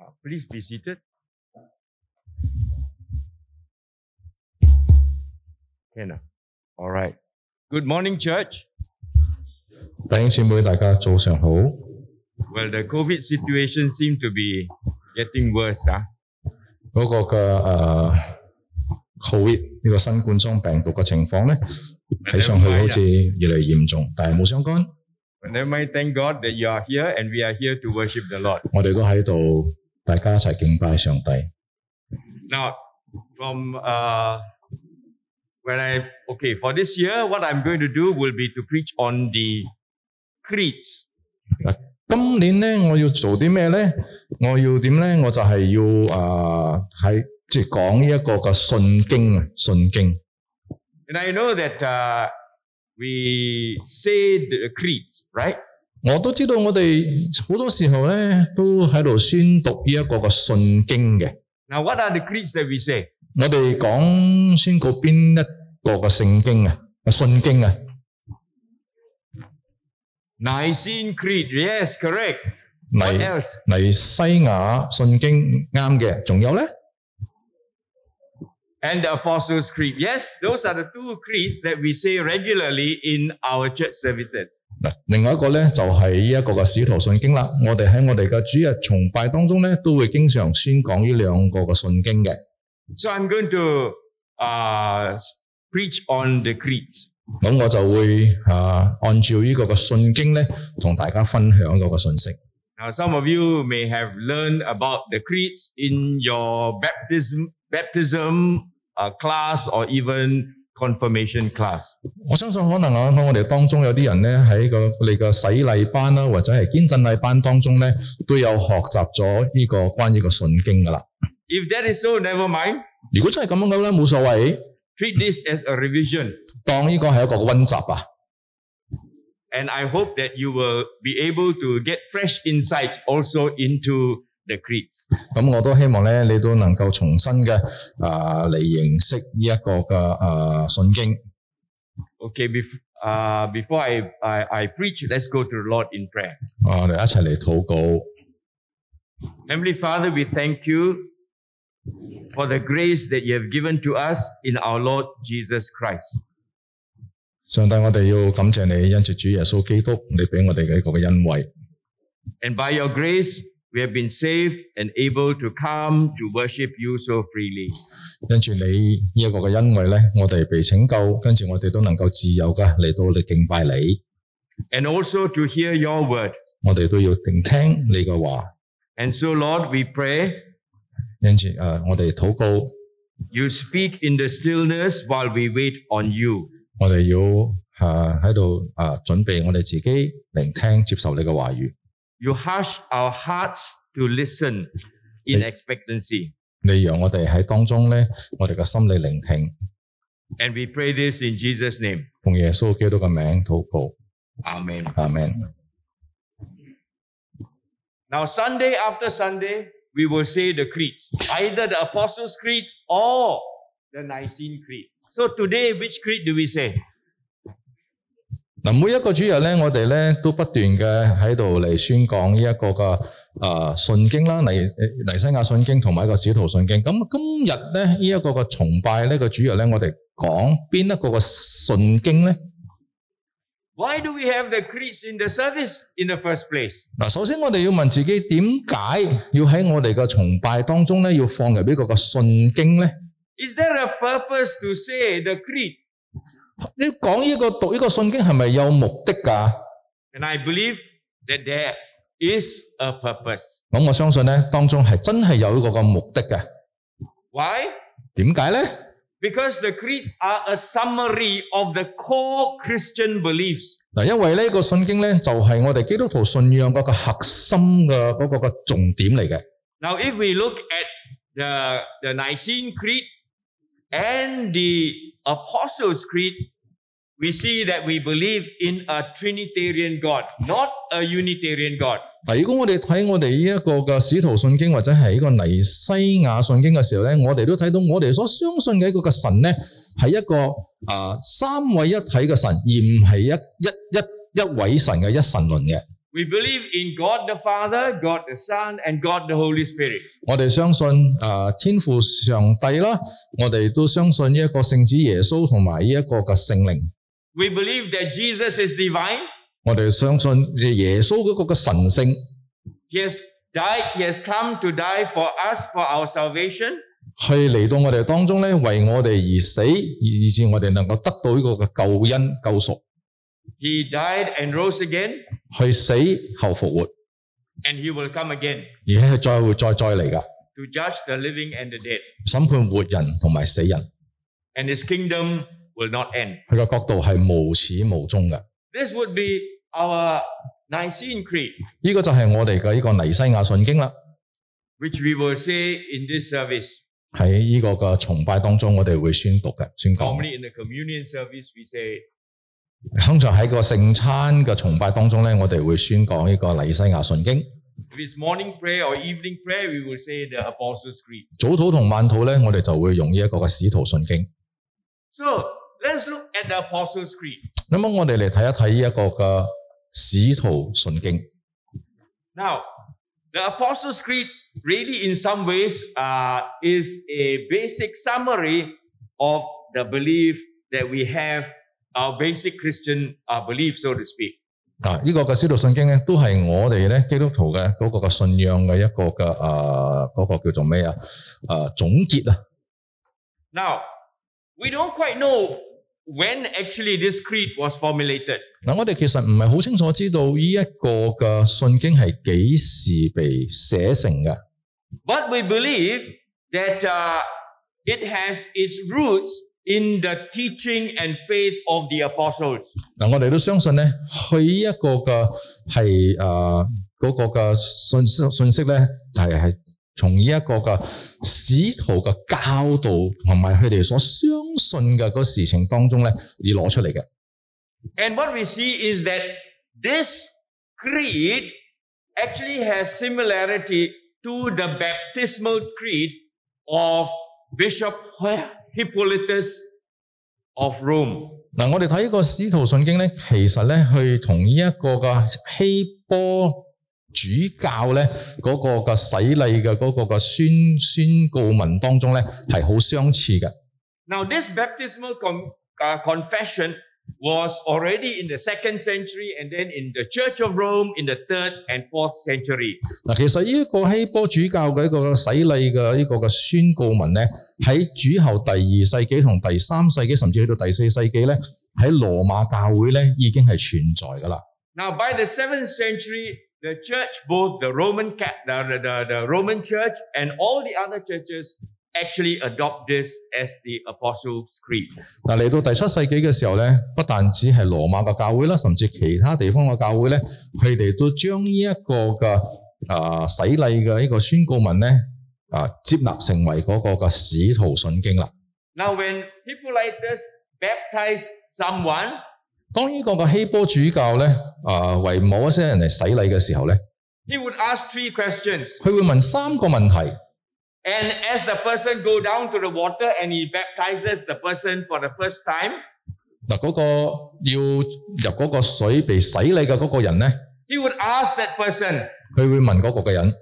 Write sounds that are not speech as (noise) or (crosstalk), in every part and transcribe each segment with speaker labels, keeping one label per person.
Speaker 1: Uh, Please be seated. Can ah? All right. Good morning, church.
Speaker 2: 弟兄姊妹，大家早上好。
Speaker 1: Well, the COVID situation seems to be getting worse. Ah,
Speaker 2: 嗰、個嘅誒、呃 Covid 呢個新冠狀病毒嘅情況咧，
Speaker 1: But
Speaker 2: 睇
Speaker 1: never
Speaker 2: 上去好
Speaker 1: mind.
Speaker 2: 似
Speaker 1: ah.
Speaker 2: 越嚟越嚴重，但係冇相干，
Speaker 1: But never mind. Thank God that you are here and we are here to worship the Lord.
Speaker 2: 我哋都喺度，大家一齊敬拜上帝。
Speaker 1: Now, from uh, when I okay for this year, what I'm going to do will be to preach on the creeds.
Speaker 2: 今年咧，我要做啲咩咧？我要點咧？我就係要啊喺、即係講呢一個嘅信經啊，信經。
Speaker 1: And I know that uh, we say the creeds, right?
Speaker 2: 我都知道我哋好多時候咧都喺度宣讀呢一個嘅信經嘅。
Speaker 1: Now, what are the creeds that we say?
Speaker 2: 我哋講宣告邊一個嘅聖經啊？信經啊？
Speaker 1: Nicene Creed. Yes, correct. What
Speaker 2: 尼
Speaker 1: else?
Speaker 2: 尼西雅信經啱嘅，仲有咧
Speaker 1: And the Apostles' Creed. Yes, those are the two creeds that we say regularly in our church services.
Speaker 2: 嗱，另外一個咧就係呢一個嘅使徒信經啦。我哋喺我哋嘅主日崇拜當中咧，都會經常宣講呢兩個嘅信經嘅。
Speaker 1: So I'm going to uh, preach on the creeds.
Speaker 2: 咁我就會啊按照呢個嘅信經咧，同大家分享嗰個信息。
Speaker 1: Now, some of you may have learned about the creeds in your baptism, baptism uh, class or even confirmation class.
Speaker 2: 我相信可能啊，我哋當中有啲人咧喺個你嘅洗禮班啦，或者係堅振禮班當中咧，都有學習咗呢個關於個信經噶啦。
Speaker 1: If that is so, never mind.
Speaker 2: 如果真係咁樣嘅咧，冇所謂，
Speaker 1: Treat this as a revision.
Speaker 2: 當呢個係一個温習啊。
Speaker 1: And I hope that you will be able to get fresh insights also into the creeds.
Speaker 2: 咁我都希望咧，你都能夠重新嘅啊嚟認識呢一個嘅啊信經。
Speaker 1: Okay, bef- uh, before I, I, I preach, let's go to the Lord in prayer.
Speaker 2: 我哋一齊嚟禱告。
Speaker 1: Heavenly Father, we thank you for the grace that you have given to us in our Lord Jesus Christ.
Speaker 2: 上帝，我哋要感謝你，因住主耶穌基督，你俾我哋嘅一個嘅恩惠。
Speaker 1: And by your grace, we have been saved and able to come to worship you so freely.
Speaker 2: 因住你呢一個嘅恩惠咧，我哋被拯救，跟住我哋都能夠自由嘅嚟到你敬拜你。
Speaker 1: And also to hear your word.
Speaker 2: 我哋都要定聽你嘅話。
Speaker 1: And so, Lord, we pray
Speaker 2: 因住诶、呃我哋禱告，
Speaker 1: you speak in the stillness while we wait on you.
Speaker 2: 我哋要啊喺度啊準備我哋自己聆聽接受你嘅話語。
Speaker 1: You hush our hearts to listen in expectancy.
Speaker 2: 你讓我哋喺當中咧，我哋嘅心理聆聽，
Speaker 1: And we pray this in Jesus' name.
Speaker 2: 奉耶穌基督嘅名禱告，
Speaker 1: Amen.
Speaker 2: 阿 Man。
Speaker 1: Now, Sunday after Sunday, we will say the creeds, either the Apostles' Creed or the Nicene Creed. So today, which creed do we say?
Speaker 2: 嗱，每一個主日咧，我哋咧都不斷嘅喺度嚟宣講呢一個嘅啊信經啦，尼尼西亞信經同埋一個使徒信經。咁今日咧呢一、個嘅崇拜呢個主日咧，我哋講邊一個嘅信經咧？
Speaker 1: Why do we have the creeds in the service in the first place?
Speaker 2: 嗱，首先我哋要問自己點解要喺我哋嘅崇拜當中咧，要放入呢個嘅信經咧？
Speaker 1: Is there a purpose to say the creed?
Speaker 2: 你講呢、個讀呢個信經係咪有目的㗎？
Speaker 1: And I believe that there is a purpose.
Speaker 2: 咁我相信咧，當中係真係有呢個嘅目的嘅。
Speaker 1: Why?
Speaker 2: 點解咧？
Speaker 1: Because the creeds are a summary of the core Christian beliefs.
Speaker 2: 嗱，因為呢個信經咧，就係、我哋基督徒信仰嗰個核心嘅嗰個嘅重點嚟嘅。
Speaker 1: Now, if we look at the, the Nicene Creed and the Apostles' Creed, we see that we believe in a Trinitarian God, not a Unitarian God.
Speaker 2: 嗱，如果我哋睇我哋呢一個嘅使徒信經或者係呢個尼西亞信經嘅時候咧，我哋都睇到我哋所相信嘅一個嘅神咧，係一個啊、三位一體嘅神，而唔係一一一一位神嘅一神論嘅。
Speaker 1: We believe in God the Father, God the Son, and God the Holy Spirit.
Speaker 2: 我哋相信啊、天父上帝啦，我哋都相信呢一個聖子耶穌同埋呢一個嘅聖靈。
Speaker 1: We believe that Jesus is divine.
Speaker 2: 我哋相信耶穌嗰個嘅神性，
Speaker 1: He has died, He has come to die for us for our salvation.
Speaker 2: 去嚟到我哋當中咧，為我哋而死，以致我哋能夠得到呢個嘅救恩救贖，
Speaker 1: He died and rose again,
Speaker 2: 去死後復活，
Speaker 1: and He will come again
Speaker 2: 而且係再會再再嚟噶，
Speaker 1: to judge the living and the dead.
Speaker 2: 審判活人同埋死人。
Speaker 1: And His kingdom will not end.
Speaker 2: 佢嘅角度係無始無終嘅。
Speaker 1: This would be our Nicene Creed,
Speaker 2: 呢、個就係我哋嘅呢個尼西亞信經啦。
Speaker 1: which we will say in this service.
Speaker 2: 喺呢個嘅崇拜當中，我哋會宣讀嘅，宣講。
Speaker 1: Normally in the communion service, we say,
Speaker 2: 通常喺個聖餐嘅崇拜當中咧，我哋會宣講呢個尼西亞信經。
Speaker 1: if it's morning prayer or evening prayer, we will say the Apostles' Creed.
Speaker 2: 早禱同晚禱咧，我哋就會用呢一個嘅使徒信經。
Speaker 1: So let's look at the Apostles' Creed.
Speaker 2: 咁樣我哋嚟睇一睇呢一個嘅使徒信經。
Speaker 1: Now, the Apostles' Creed really, in some ways, uh, is a basic summary of the belief that we have, our basic Christian uh, belief, so to speak.
Speaker 2: 啊！呢、個嘅使徒信經咧，都係我哋咧基督徒嘅嗰個嘅信仰嘅一個嘅啊嗰個叫做咩啊？啊總結啊！
Speaker 1: Now, we don't quite know when actually this creed was formulated.
Speaker 2: 嗱，我哋其實唔係好清楚知道呢一個嘅信經係幾時被寫成嘅，
Speaker 1: But we believe that uh, it has its roots in the teaching and faith of the apostles.
Speaker 2: 嗱，我哋都相信咧，佢呢一個嘅係誒嗰個嘅信息信息咧，係係從呢一個嘅使徒嘅教導同埋佢哋所相信嘅嗰事情當中咧，而攞出嚟嘅。
Speaker 1: And what we see is that this creed actually has similarity to the baptismal creed of Bishop Hippolytus of Rome.
Speaker 2: 嗱，我哋睇呢個使徒信經咧，其實咧，去同呢一個嘅希波主教咧嗰、個嘅洗禮嘅嗰個嘅宣宣告文當中咧，係好相似嘅。
Speaker 1: Now, this baptismal con- uh, confession was already in the second century and then in the Church of Rome in the third and fourth century.
Speaker 2: 嗱，其實呢一個希波主教嘅一個洗禮嘅呢個嘅宣告文咧，喺主後第二世紀同第三世紀，甚至去到第四世紀咧，喺羅馬教會咧已經係存在㗎啦。
Speaker 1: Now, by the seventh century, the church, both the Roman, Ca- the, the, the Roman church and all the other churches, actually adopt this as the Apostles' Creed.
Speaker 2: 嗱，嚟到第七世紀嘅時候咧，不但只係羅馬嘅教會啦，甚至其他地方嘅教會咧，佢哋都將呢一個嘅啊洗禮嘅呢個宣告文咧啊接納成為嗰個嘅使徒信經啦。
Speaker 1: Now, when Hippolytus baptized someone,
Speaker 2: 當呢個嘅希波主教咧啊為某一些人嚟洗禮嘅時候咧，
Speaker 1: he would ask three questions.
Speaker 2: 佢會問三個問題。
Speaker 1: And as the person go down to the water and he baptizes the person for the first time,
Speaker 2: 嗱，嗰個要入嗰個水被洗禮嘅嗰個人咧，
Speaker 1: he would ask that person,
Speaker 2: 佢會問嗰個嘅人：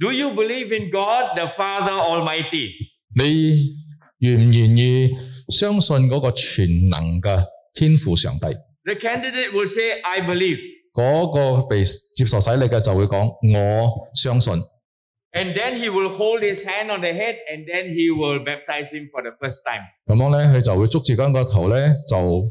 Speaker 1: Do you believe in God the Father Almighty?
Speaker 2: 你願唔願意相信嗰個全能嘅天父上帝？
Speaker 1: The candidate will say, I believe.
Speaker 2: 嗰個被接受洗禮嘅就會講：我相信。
Speaker 1: And then he will hold his hand on the head and then he will baptize him for the first time.
Speaker 2: 咁樣咧，佢就會捉住嗰個頭咧，就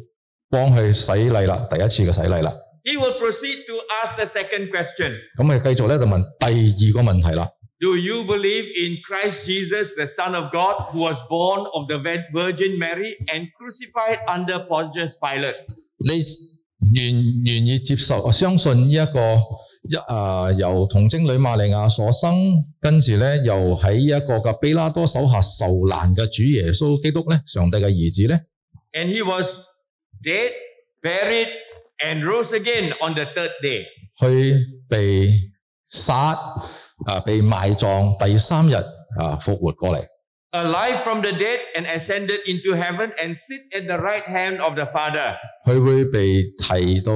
Speaker 2: 幫佢洗禮啦，第一次嘅洗禮啦。
Speaker 1: He will proceed to ask the second question
Speaker 2: 咁佢繼續咧就問第二個問題啦。
Speaker 1: Do you believe in Christ Jesus, the Son of God, who was born of the Vir- Virgin Mary and crucified under Pontius Pilate?
Speaker 2: 你願願意接受我相信呢、一個一啊、由童貞女瑪利亞所生，跟住咧又喺一個嘅比拉多手下受難嘅主耶穌基督咧，上帝嘅兒子咧，
Speaker 1: And he was dead, buried, and rose again on the third day.
Speaker 2: 去被殺啊、被埋葬，第三日啊復活過嚟。
Speaker 1: alive from the dead, and ascended into heaven, and sit at the right hand of the Father.
Speaker 2: 佢會被提到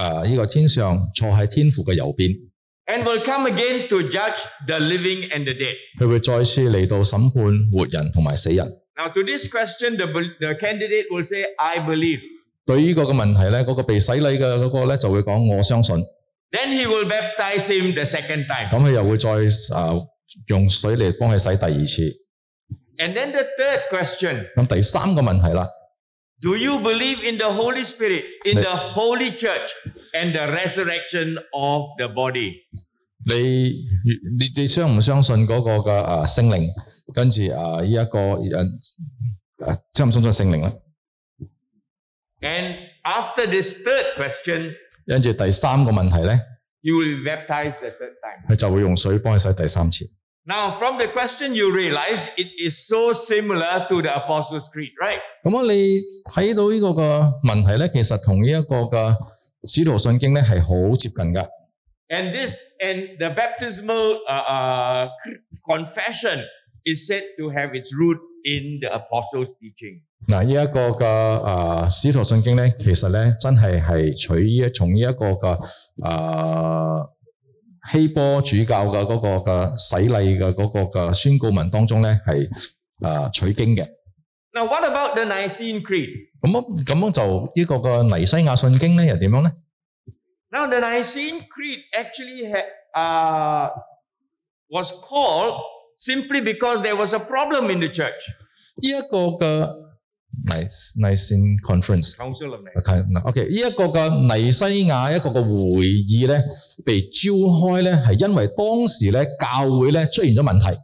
Speaker 2: 啊呢、個天上，坐喺天父嘅右邊，
Speaker 1: and will come again to judge the living and the dead.
Speaker 2: 佢會再次嚟到審判活人同埋死人。
Speaker 1: Now, to this question, the, bel- the candidate will say, I believe.
Speaker 2: 對呢個嘅問題咧，嗰、個被洗禮嘅嗰個咧就會講我相信，咁
Speaker 1: Then he will baptize him the second time.
Speaker 2: 佢又會再啊用水嚟幫佢洗第二次。
Speaker 1: And then the third question
Speaker 2: 咁第三個問題啦，
Speaker 1: Do you believe in the Holy Spirit, in
Speaker 2: Yes.
Speaker 1: the Holy Church, and the resurrection of the body?
Speaker 2: 你你你相唔相信嗰個嘅啊聖靈？跟住啊呢一個啊啊相唔相信聖靈咧？
Speaker 1: And after this third question,
Speaker 2: 跟住第三個問題咧，
Speaker 1: you will be baptized the third time.
Speaker 2: 佢就會用水幫佢洗第三次。
Speaker 1: Now, from the question, you realize it is so similar to the Apostles' Creed, right?
Speaker 2: 咁啊，你睇到呢個嘅問題咧，其實同呢一個嘅使徒信經咧係好接近噶。
Speaker 1: And this and the baptismal uh, uh, confession is said to have its root in the apostles' teaching.
Speaker 2: 嗱，呢一個嘅啊使徒信經咧，其實咧真係係取呢一從呢一個嘅啊希波主教嘅嗰個嘅洗禮嘅嗰個嘅宣告文當中咧係啊取經嘅。
Speaker 1: Now, what about the Nicene Creed?
Speaker 2: 咁啊咁樣就呢個嘅尼西亞信經咧又點樣咧？
Speaker 1: Now, the Nicene Creed actually ha- uh, was called simply because there was a problem in the church.
Speaker 2: 呢一個嘅尼尼善 conference。
Speaker 1: Council of Nicaea.
Speaker 2: OK，呢一個嘅尼西亞一個嘅會議咧，被召開咧，係因為當時咧教會咧出現咗問題，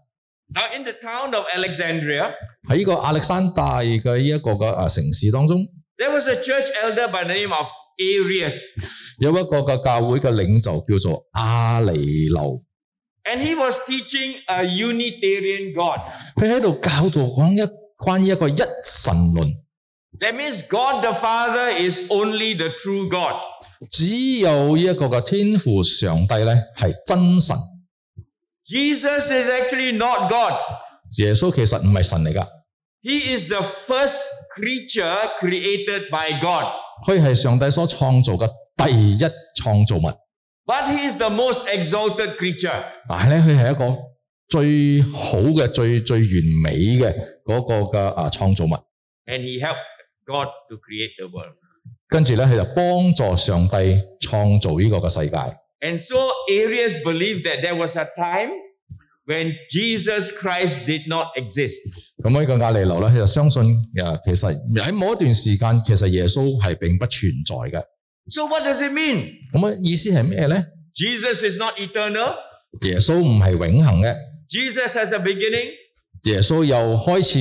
Speaker 1: Now, in the town of Alexandria,
Speaker 2: 喺呢個亞歷山大嘅呢一個嘅啊城市當中，
Speaker 1: there was a church elder by the name of Arius,
Speaker 2: 有一個嘅教會嘅領袖叫做阿尼流，
Speaker 1: and he was teaching a Unitarian God.
Speaker 2: 佢喺度教導講一關於一個一神論，
Speaker 1: That means God the Father is only the true God.
Speaker 2: 只有呢一個嘅天父上帝咧係真神，
Speaker 1: Jesus is actually not God.
Speaker 2: 耶穌其實唔係神嚟㗎，
Speaker 1: He is the first creature created by God.
Speaker 2: 佢係上帝所創造嘅第一創造物。
Speaker 1: But he is the most exalted creature.
Speaker 2: 但係咧，佢係一個最好嘅、最最完美嘅嗰個嘅啊創造物。
Speaker 1: And he helped God to create the world.
Speaker 2: 跟住咧，佢就幫助上帝創造呢個嘅世界。
Speaker 1: And so Arius believed that there was a time when Jesus Christ did not exist.
Speaker 2: 咁呢個亞利流咧，佢就相信誒，其實喺某一段時間，其實耶穌係並不存在嘅。
Speaker 1: So what does it mean?
Speaker 2: 咁啊，意思係咩咧？
Speaker 1: Jesus is not eternal.
Speaker 2: 耶穌唔係永恆嘅，
Speaker 1: Jesus has a beginning.
Speaker 2: 耶穌又開始，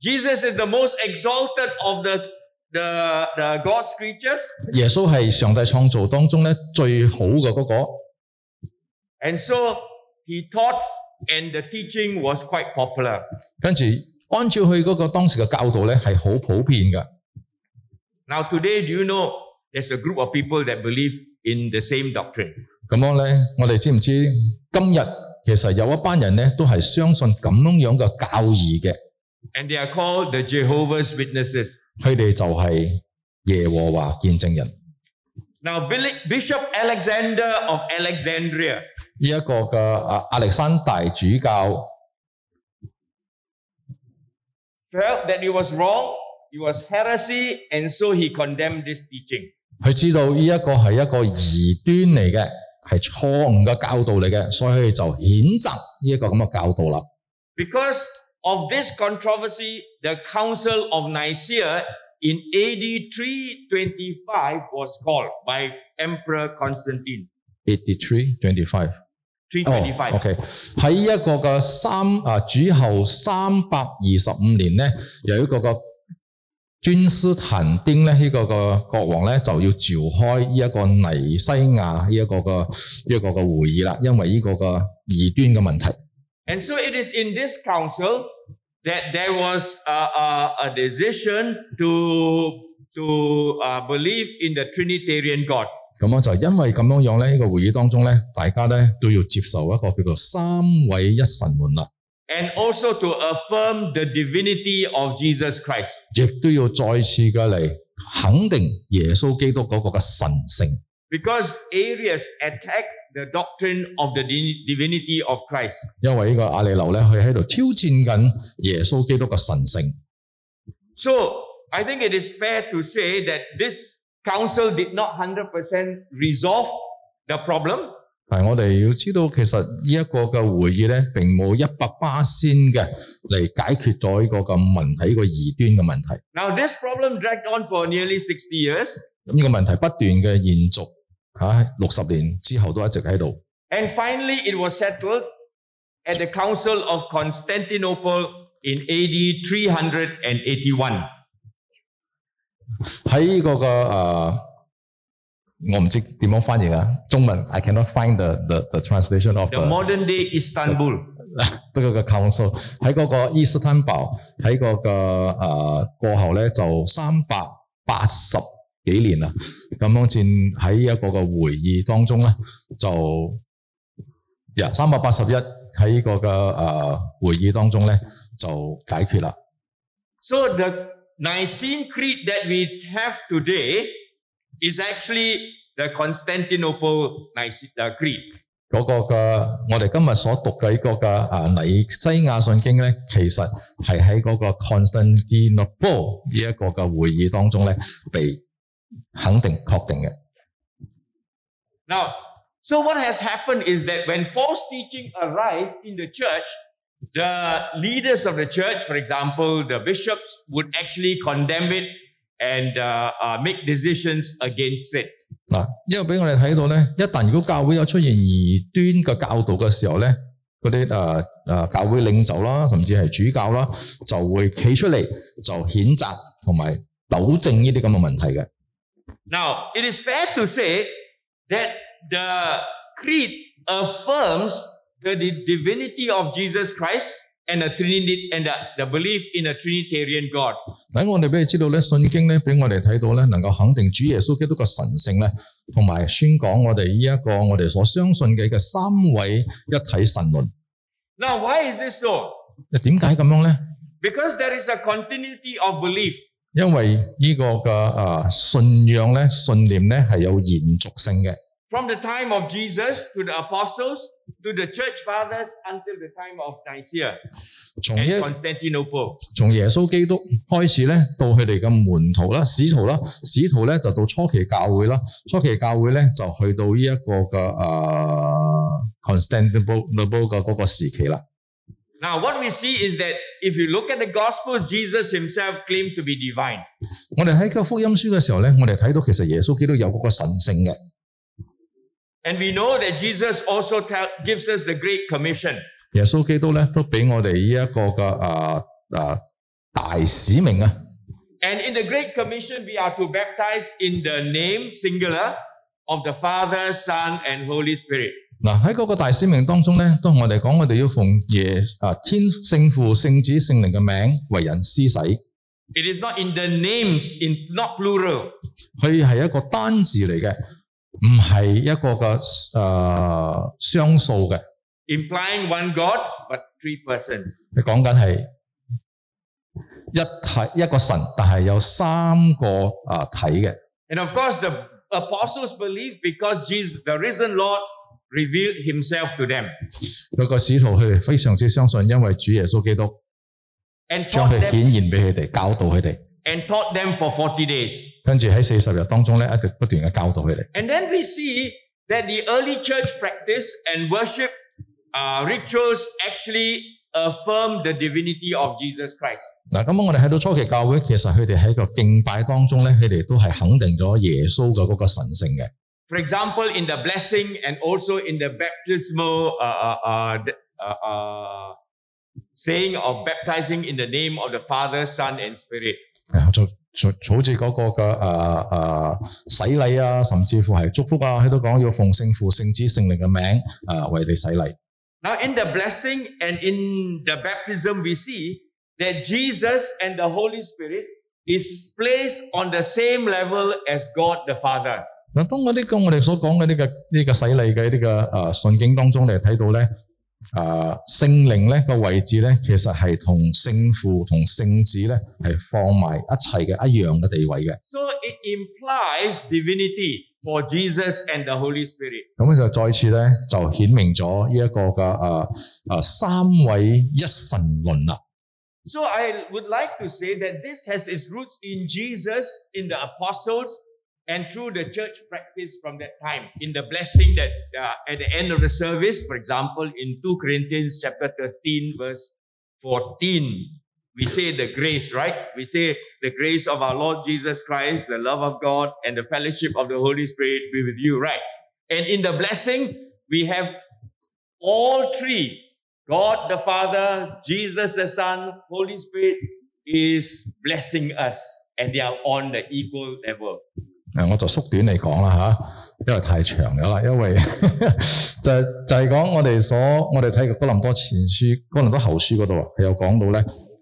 Speaker 1: Jesus is the most exalted of the, the, the God's creatures.
Speaker 2: 耶穌係上帝創造當中咧最好嘅嗰、個。
Speaker 1: And so he taught, and the teaching was quite popular.
Speaker 2: 跟住按照佢嗰個當時嘅教導咧，係好普遍嘅。
Speaker 1: Now, today, do you know there's a group of people that believe in the same doctrine?
Speaker 2: 咁樣咧，我哋知唔知今日其實有一班人咧都係相信咁樣樣嘅教義嘅，
Speaker 1: And they are called the Jehovah's Witnesses.
Speaker 2: 佢哋就係耶和華見證人。呢、
Speaker 1: Now, Bil- Bishop Alexander of Alexandria,
Speaker 2: 一個嘅啊亞歷山大主教，
Speaker 1: felt that it was wrong, it was heresy, and so he condemned this teaching.
Speaker 2: 佢知道呢一個係一個異端嚟嘅，係錯誤嘅教導嚟嘅，所以佢就譴責呢一個咁嘅教導啦。
Speaker 1: Because of this controversy, the Council of Nicaea in AD 325 was called by Emperor Constantine.
Speaker 2: Eighty three twenty five。
Speaker 1: 325.
Speaker 2: o k 喺呢一個嘅三啊主後三百二十五年咧，有一個個尊斯坦丁咧，呢、個個國王咧就要召開呢一個尼西亞呢一個個呢一個個會議啦，因為呢個個異端嘅問題。
Speaker 1: And so it is in this council that there was a, a, a decision to, to uh, believe in the Trinitarian God.
Speaker 2: 咁樣就因為咁樣樣咧，呢、個會議當中咧，大家咧都要接受一個叫做三位一神論啦。
Speaker 1: and also to affirm the divinity of Jesus Christ.
Speaker 2: 亦都要再次嘅嚟肯定耶穌基督嗰個嘅神性。
Speaker 1: Because Arius attacked the doctrine of the di- divinity of Christ.
Speaker 2: 因為呢個阿里流咧，佢喺度挑戰緊耶穌基督嘅神性。
Speaker 1: So I think it is fair to say that this council did not 100% resolve the problem,
Speaker 2: 但係我哋要知道，其實呢一個嘅會議咧，並冇一百巴仙嘅嚟解決咗呢個嘅問題，呢、個異端嘅問題。
Speaker 1: Now, this problem dragged on for nearly 60 years,
Speaker 2: 咁呢個問題不斷嘅延續，嚇六十年之後都一直喺度。
Speaker 1: and finally it was settled at the Council of Constantinople in AD 381.
Speaker 2: 喺呢、個嘅誒、呃我唔知點樣翻譯啊，中文 I cannot find the the the translation of
Speaker 1: The
Speaker 2: the-
Speaker 1: modern day Istanbul.
Speaker 2: 不過個 council 喺嗰個伊斯坦堡喺嗰個誒過後咧就三百八十幾年啦，咁樣戰喺一個個會議當中咧就呀三百八十一喺呢個嘅誒、呃、會議當中咧就解決啦。
Speaker 1: So, the Nicene Creed that we have today is actually the Constantinople Nice- uh, Creed.
Speaker 2: 嗰個嘅我哋今日所讀嘅呢個嘅啊尼西亞信經咧，其實係喺嗰個 Constantinople 呢一個嘅會議當中咧被肯定確定嘅。
Speaker 1: Now, so what has happened is that when false teaching arise in the church, the leaders of the church, for example, the bishops, would actually condemn it and uh, uh, make decisions against it.
Speaker 2: 嗱，因為俾我哋睇到咧，一旦如果教會有出現異端嘅教導嘅時候咧，嗰啲誒誒教會領袖啦，甚至係主教啦，就會企出嚟就譴責同埋糾正呢啲咁嘅問題嘅。
Speaker 1: Now, it is fair to say that the creed affirms the di- divinity of Jesus Christ and the Trinity and the, the belief in a Trinitarian God.
Speaker 2: 等我哋俾你知道咧，信經咧俾我哋睇到咧，能夠肯定主耶穌基督嘅神性咧，同埋宣講我哋呢一個我哋所相信嘅嘅三位一體神論。
Speaker 1: Now, why is this so?
Speaker 2: 點解咁樣咧？
Speaker 1: Because there is a continuity of belief.
Speaker 2: 因為呢個嘅啊信仰咧、信念咧係有延續性嘅。
Speaker 1: from the time of Jesus to the apostles to the church fathers until the time of Nicaea
Speaker 2: 從呢
Speaker 1: and
Speaker 2: 一
Speaker 1: Constantinople.
Speaker 2: 從耶穌基督開始咧，到佢哋嘅門徒啦、使徒啦、使徒咧就到初期教會啦，初期教會咧就去到呢一個嘅啊 Constantinople 嘅嗰個時期啦。
Speaker 1: Now, what we see is that if you look at the Gospels, Jesus himself claimed to be divine.
Speaker 2: 我哋喺個福音書嘅時候咧，我哋睇到其實耶穌基督有嗰個神性嘅，
Speaker 1: And we know that Jesus also tell, gives us the Great Commission.
Speaker 2: 耶穌基督咧都俾我哋呢一個嘅啊啊大使命啊！
Speaker 1: And in the Great Commission, we are to baptize in the name singular of the Father, Son, and Holy Spirit.
Speaker 2: 嗱喺嗰個大使命當中咧，當我哋講我哋要奉耶啊天聖父、聖子、聖靈嘅名為人施洗，
Speaker 1: It is not in the names, in not plural.
Speaker 2: 佢係一個單字嚟嘅，唔係一個嘅誒、呃雙數嘅。
Speaker 1: implying one God, but three persons.
Speaker 2: 你講緊係一體一個神，但係有三個啊體嘅。
Speaker 1: And of course, the apostles believed because Jesus, the risen Lord, revealed himself to them
Speaker 2: 有個使徒佢哋非常之相信，因為主耶穌基督
Speaker 1: and
Speaker 2: 將
Speaker 1: taught
Speaker 2: 佢
Speaker 1: them,
Speaker 2: 顯現俾佢哋，教導佢哋，
Speaker 1: and taught them for 40 days.
Speaker 2: 跟住喺四十日當中咧，一直不斷嘅教導佢哋。
Speaker 1: And then we see that the early church practice and worship uh, rituals actually affirm the divinity of Jesus Christ.
Speaker 2: 嗱，咁我哋喺到初期教會，其實佢哋喺個敬拜當中咧，佢哋都係肯定咗耶穌嘅嗰個神性嘅。
Speaker 1: For example, in the blessing and also in the baptismal uh, uh, uh, d- uh, uh, saying of baptizing in the name of the Father, Son, and Spirit.
Speaker 2: 啊就就就好似嗰個嘅誒誒洗禮啊，甚至乎係祝福啊，佢都講要奉聖父、聖子、聖靈嘅名誒、啊為你洗禮。
Speaker 1: Now, in the blessing and in the baptism, we see that Jesus and the Holy Spirit is placed on the same level as God the Father.
Speaker 2: 嗱，當我呢個我哋所講嘅呢個呢、個洗禮嘅呢個誒、啊信經當中，你睇到咧，啊聖靈咧個位置咧，其實係同聖父同聖子咧係放埋一齊嘅一樣嘅地位嘅。
Speaker 1: So it implies divinity for Jesus and the Holy Spirit.
Speaker 2: 咁就再次咧就顯明咗呢一個嘅啊啊三位一神論啦。
Speaker 1: So I would like to say that this has its roots in Jesus, in the apostles, and through the church practice from that time. In the blessing that uh, at the end of the service, for example, in 2 Corinthians chapter 13, verse 14, we say the grace, right? We say the grace of our Lord Jesus Christ, the love of God, and the fellowship of the Holy Spirit be with you, right? And in the blessing, we have all three God the Father, Jesus the Son, Holy Spirit is blessing us, and they are on the equal level.
Speaker 2: 誒，我就縮短嚟講啦嚇，因為太長咗啦。因為 (laughs) 就係就係講我哋所我哋睇嘅哥林多前書、哥林多後書嗰度啊，係有講到咧，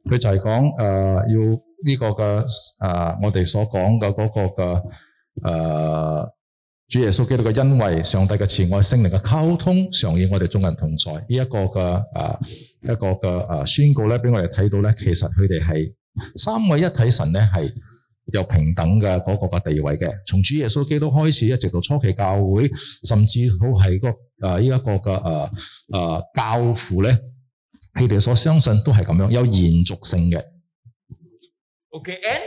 Speaker 2: 佢就係講誒要呢個嘅誒、呃我哋所講嘅嗰個嘅誒、呃主耶穌基督嘅恩惠、上帝嘅慈愛、聖靈嘅溝通，常與我哋眾人同在。呢、一個嘅誒、呃一個嘅誒、呃宣告咧，俾我哋睇到咧，其實佢哋係三位一體神咧係。有平等嘅嗰個嘅地位嘅。從主耶穌基督開始，一直到初期教會，甚至好係嗰個呃誒呢一個嘅誒誒教父咧，佢哋所相信都係咁樣，有延續性嘅。
Speaker 1: Okay, and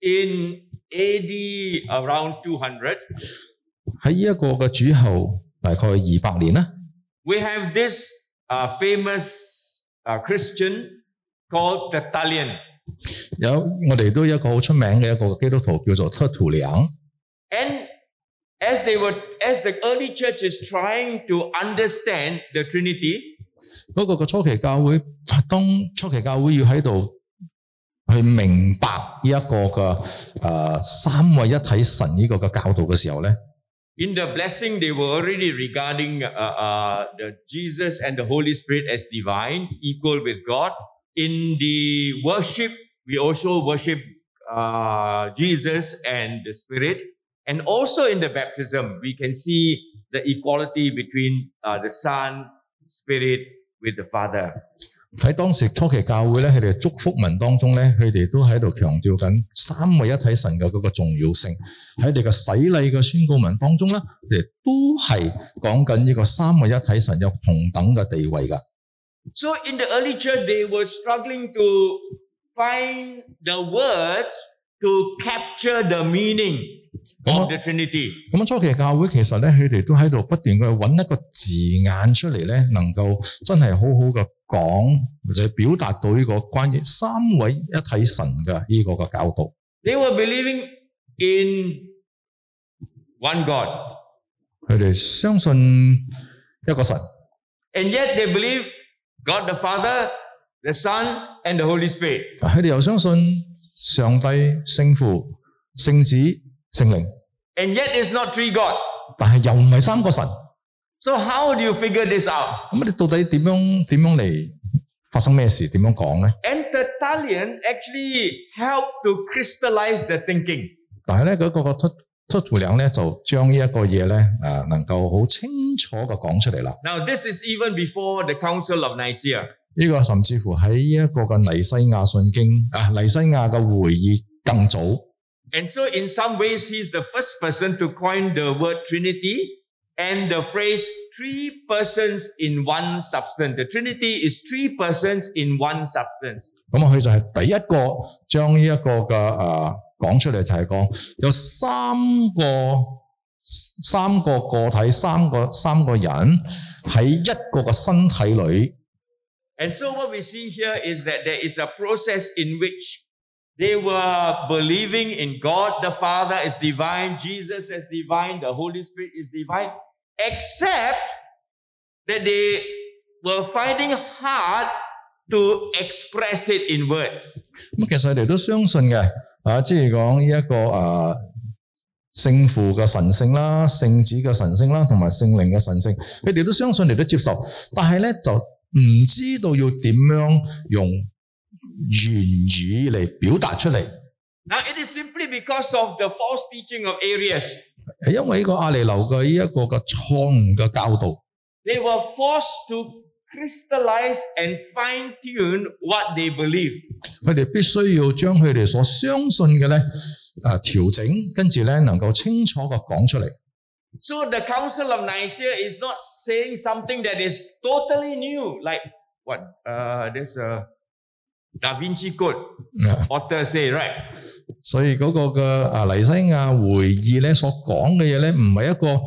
Speaker 1: in AD around 200,
Speaker 2: 喺呢一個嘅主後大概二百年啦，
Speaker 1: we have this uh, famous uh, Christian called Tertullian.
Speaker 2: 有我哋都有一個好出名嘅一個基督徒叫做特圖良。
Speaker 1: And as they were, as the early church is trying to understand the Trinity,
Speaker 2: 嗰個嘅初期教會，當初期教會要喺度去明白呢一個嘅誒、呃三位一體神呢個嘅教導嘅時候咧。
Speaker 1: in the blessing, they were already regarding uh, uh, the Jesus and the Holy Spirit as divine, equal with God. In the worship, we also worship uh, Jesus and the Spirit. And also in the baptism, we can see the equality between uh, the Son, Spirit, with the Father.
Speaker 2: 喺當時初期教會咧，佢哋祝福文當中咧，佢哋都喺度強調緊三位一體神嘅嗰個重要性。喺你嘅洗禮嘅宣告文當中咧，佢哋都係講緊呢個三位一體神有同等嘅地位㗎。
Speaker 1: So in the early church, they were struggling to find the words to capture the meaning of the Trinity.
Speaker 2: 啊咁啊初期教會其實咧，佢哋都喺度不斷去揾一個字眼出嚟咧，能夠真係好好嘅講或者表達到呢個關於三位一體神嘅呢個嘅教導。
Speaker 1: They were believing in one God,
Speaker 2: 佢哋相信一個神。
Speaker 1: and yet they believe God the Father, the Son, and the Holy Spirit.
Speaker 2: 佢哋又相信上帝、聖父、聖子、聖靈，
Speaker 1: And yet it's not three gods.
Speaker 2: 但係又唔係三個神。
Speaker 1: So how do you figure this out?
Speaker 2: 咁你到底點樣點樣嚟發生咩事？點樣講咧？
Speaker 1: And Tertullian actually helped to crystallize the thinking.
Speaker 2: 但係咧，嗰、個個突突圖量咧，就將呢一個嘢咧，啊，能夠好清楚嘅講出嚟啦。
Speaker 1: Now this is even before the Council of Nicaea.
Speaker 2: 呢、個甚至乎喺呢一個嘅尼西亞信經啊，尼西亞嘅會議更早。
Speaker 1: And so, in some ways, he's the first person to coin the word Trinity and the phrase three persons in one substance. The Trinity is three persons in one substance.
Speaker 2: 咁啊，佢就係第一個將呢一個嘅誒講出嚟，就係講有三個三個個體，三個三個人喺一個個身體裏。
Speaker 1: And so, what we see here is that there is a process in which they were believing in God the Father as divine, Jesus as divine, the Holy Spirit is divine, except that they were finding hard to express it in words.
Speaker 2: 咁啊其實佢哋都相信嘅，啊，即係講呢一個誒、啊、聖父嘅神性啦、聖子嘅神性啦，同埋聖靈嘅神性，佢哋都相信，佢哋都接受，但係咧就唔知道要點樣用言語嚟表達出嚟。
Speaker 1: Now, it is simply because of the false teaching of Arius.
Speaker 2: 係因為呢個阿尼流嘅呢一個嘅錯誤嘅教導，
Speaker 1: They were forced to crystallize and fine tune what they believed.
Speaker 2: 佢哋必須要將佢哋所相信嘅咧啊調整，跟住咧能夠清楚嘅講出嚟。
Speaker 1: So the Council of Nicaea is not saying something that is totally new, like what uh, there's a Da Vinci Code
Speaker 2: 啊
Speaker 1: author say, right?
Speaker 2: 所以嗰個嘅啊尼西亞會議咧所講嘅嘢咧，唔係一個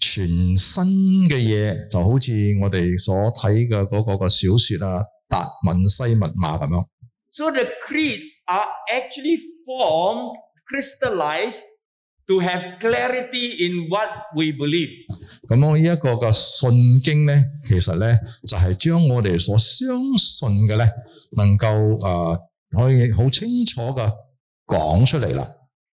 Speaker 2: 全新嘅嘢，就好似我哋所睇嘅嗰個嘅小說啊《達文西密碼》咁樣。
Speaker 1: So the creeds are actually formed, crystallized to have clarity in what we believe.
Speaker 2: 咁我呢一個嘅信經咧，其實咧就係、將我哋所相信嘅咧，能夠啊、可以好清楚嘅講出嚟啦。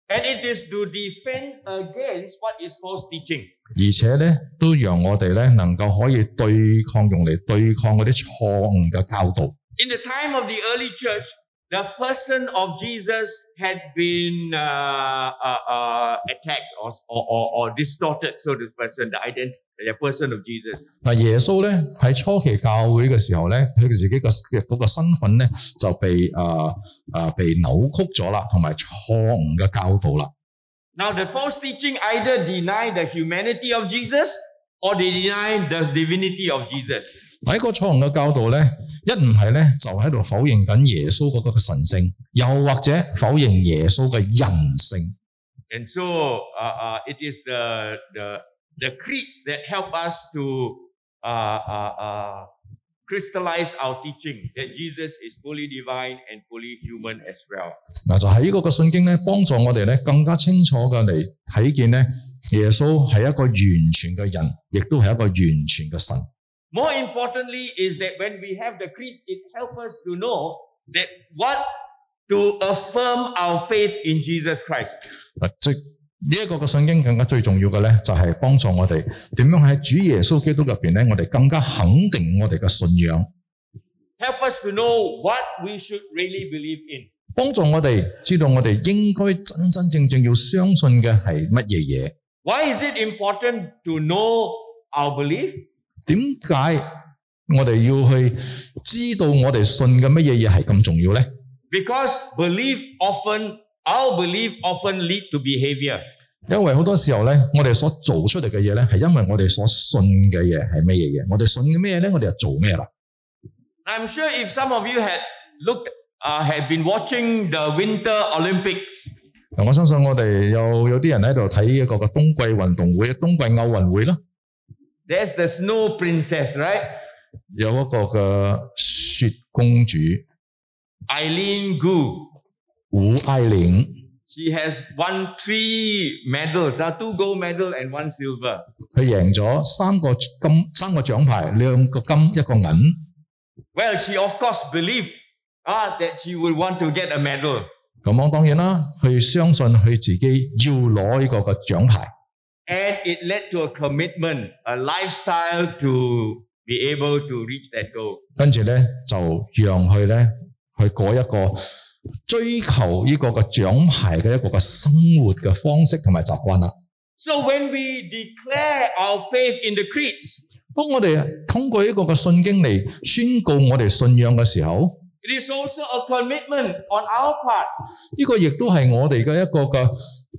Speaker 1: And it is to defend against what is false teaching.
Speaker 2: 而且咧都讓我哋咧能夠可以對抗，用嚟對抗嗰啲錯誤嘅教導。
Speaker 1: In the time of the early church, the person of Jesus had been uh, uh, uh, attacked or, or, or, or distorted. So the person, the identity, the person of Jesus.
Speaker 2: 嗱，耶穌咧喺初期教會嘅時候咧，佢自己嘅嘅嗰個身份咧就被啊啊、被扭曲咗啦，同埋錯誤嘅教導啦。
Speaker 1: Now the false teaching either deny the humanity of Jesus or they deny the divinity of Jesus.
Speaker 2: 喺個錯誤嘅教導咧，一唔係咧就喺度否認緊耶穌嗰個嘅神性，又或者否認耶穌嘅人性。
Speaker 1: And so uh, uh, it is the, the, the creeds that help us to uh, uh, uh, crystallize our teaching that Jesus is fully divine and fully human as well.
Speaker 2: 嗱，就喺呢個嘅信經咧，幫助我哋咧更加清楚嘅嚟睇見咧，耶穌係一個完全嘅人，亦都係一個完全嘅神。
Speaker 1: More importantly, is that when we have the creeds, it helps us to know that what to affirm our faith in Jesus Christ.
Speaker 2: 嗱，最呢一個嘅信經更加最重要嘅咧，就係、幫助我哋點樣喺主耶穌基督入邊咧，我哋更加肯定我哋嘅信仰，
Speaker 1: Help us to know what we should really believe in.
Speaker 2: 幫助我哋知道我哋應該真真正正要相信嘅係乜嘢嘢。
Speaker 1: Why is it important to know our belief?
Speaker 2: 點解我哋要去知道我哋信嘅乜嘢嘢係咁重要咧？
Speaker 1: Because belief often, our belief often lead to behavior.
Speaker 2: 因為好多時候咧，我哋所做出嚟嘅嘢咧，係因為我哋所信嘅嘢係乜嘢嘢，我哋信嘅咩咧，我哋就做咩啦。
Speaker 1: I'm sure if some of you had looked, uh, had been watching the Winter Olympics,
Speaker 2: 嗱，我相信我哋有有啲人喺度睇一個嘅冬季運動會、冬季奧運會啦，
Speaker 1: there's the snow princess, right?
Speaker 2: 有一個嘅雪公主
Speaker 1: Eileen Gu.
Speaker 2: 胡艾玲，
Speaker 1: She has won three medals, uh, two gold medal and one silver.
Speaker 2: 佢贏咗三個金、三個獎牌，兩個金一個銀。
Speaker 1: Well, she of course believed ah, that she would want to get a medal.
Speaker 2: 咁我當然啦，佢相信佢自己要攞呢個嘅獎牌。
Speaker 1: And it led to a commitment, a lifestyle to be able to reach that goal.
Speaker 2: 跟住咧就讓佢咧去過一個追求呢個嘅獎牌嘅一個嘅生活嘅方式同埋習慣啦。
Speaker 1: So when we declare our faith in the creeds,
Speaker 2: 當我哋通過呢個嘅信經嚟宣告我哋信仰嘅時候，
Speaker 1: it is also a commitment on our part.
Speaker 2: 呢、個亦都係我哋嘅一個嘅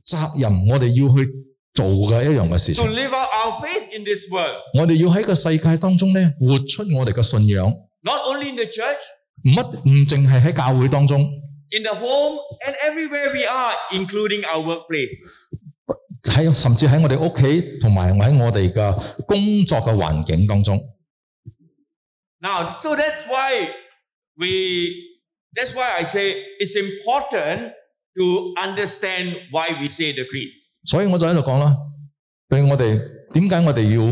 Speaker 2: 責任，我哋要去做嘅一樣嘅事
Speaker 1: to
Speaker 2: 情。
Speaker 1: live out our faith in this world,
Speaker 2: 我哋要喺個世界當中咧活出我哋嘅信仰，唔
Speaker 1: not only in the church,
Speaker 2: 一唔淨係喺教會當中，
Speaker 1: in the home, and everywhere we are, including our workplace.
Speaker 2: 喺甚至喺我哋屋企同埋喺我哋嘅工作嘅環境當中。
Speaker 1: Now, so that's why we, that's why I say it's important to understand why we say the creed.
Speaker 2: 所以我就喺度講啦，對我哋點解我哋要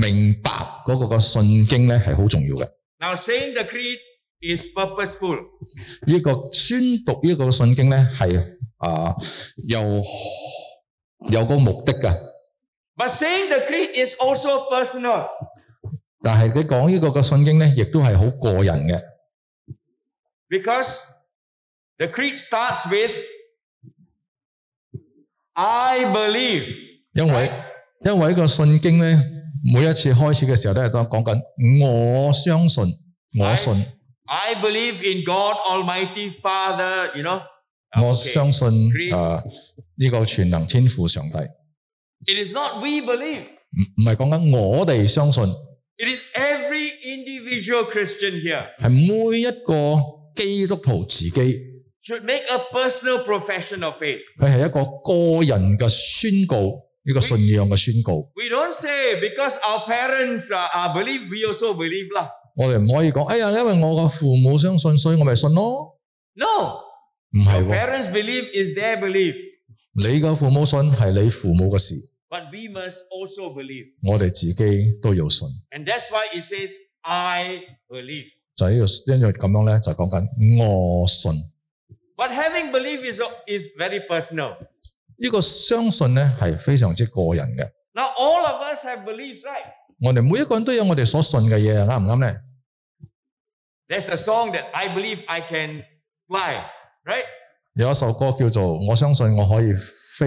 Speaker 2: 明白嗰個個信經咧係好重要嘅。
Speaker 1: Now, saying the creed is purposeful.
Speaker 2: 呢、個宣讀呢個信經咧係啊有有個目的嘅，
Speaker 1: But saying the creed is also personal.
Speaker 2: 但係你講呢個嘅信經咧，亦都係好個人嘅，
Speaker 1: Because the creed starts with I believe.
Speaker 2: 因為因為呢個信經咧每一次開始嘅時候都係當講緊我相信，我信，
Speaker 1: I believe in God Almighty Father, you know. Okay.
Speaker 2: 我相信
Speaker 1: Great.
Speaker 2: 啊呢個全能天父上帝，唔
Speaker 1: It is not we believe.
Speaker 2: 唔係講緊我哋相信，
Speaker 1: It is every individual Christian here
Speaker 2: 係每一個基督徒自己，佢
Speaker 1: should make a personal profession of faith.
Speaker 2: 係一個個人嘅宣告，呢個信仰嘅宣告。
Speaker 1: We don't say because our parents are, are believe, we also believe lah.
Speaker 2: 我哋唔可以講，哎呀，因為我個父母相信，所以我咪信咯。
Speaker 1: No,
Speaker 2: 唔係
Speaker 1: our
Speaker 2: 喎，
Speaker 1: parents believe is their belief,
Speaker 2: 你嘅父母信係你父母嘅事，
Speaker 1: but we must also believe,
Speaker 2: 我哋自己都要信。
Speaker 1: and that's why it says, "I believe."
Speaker 2: 就呢個因為咁樣咧，就講緊我信呢、
Speaker 1: But having belief is is very personal.
Speaker 2: 個相信咧係非常之個人嘅。
Speaker 1: Now all of us have beliefs, right?
Speaker 2: 我哋每一個人都有我哋所信嘅嘢，啱唔啱咧？
Speaker 1: There's a song that I believe I can fly, right?
Speaker 2: 有一首歌叫做《我相信我可以飛》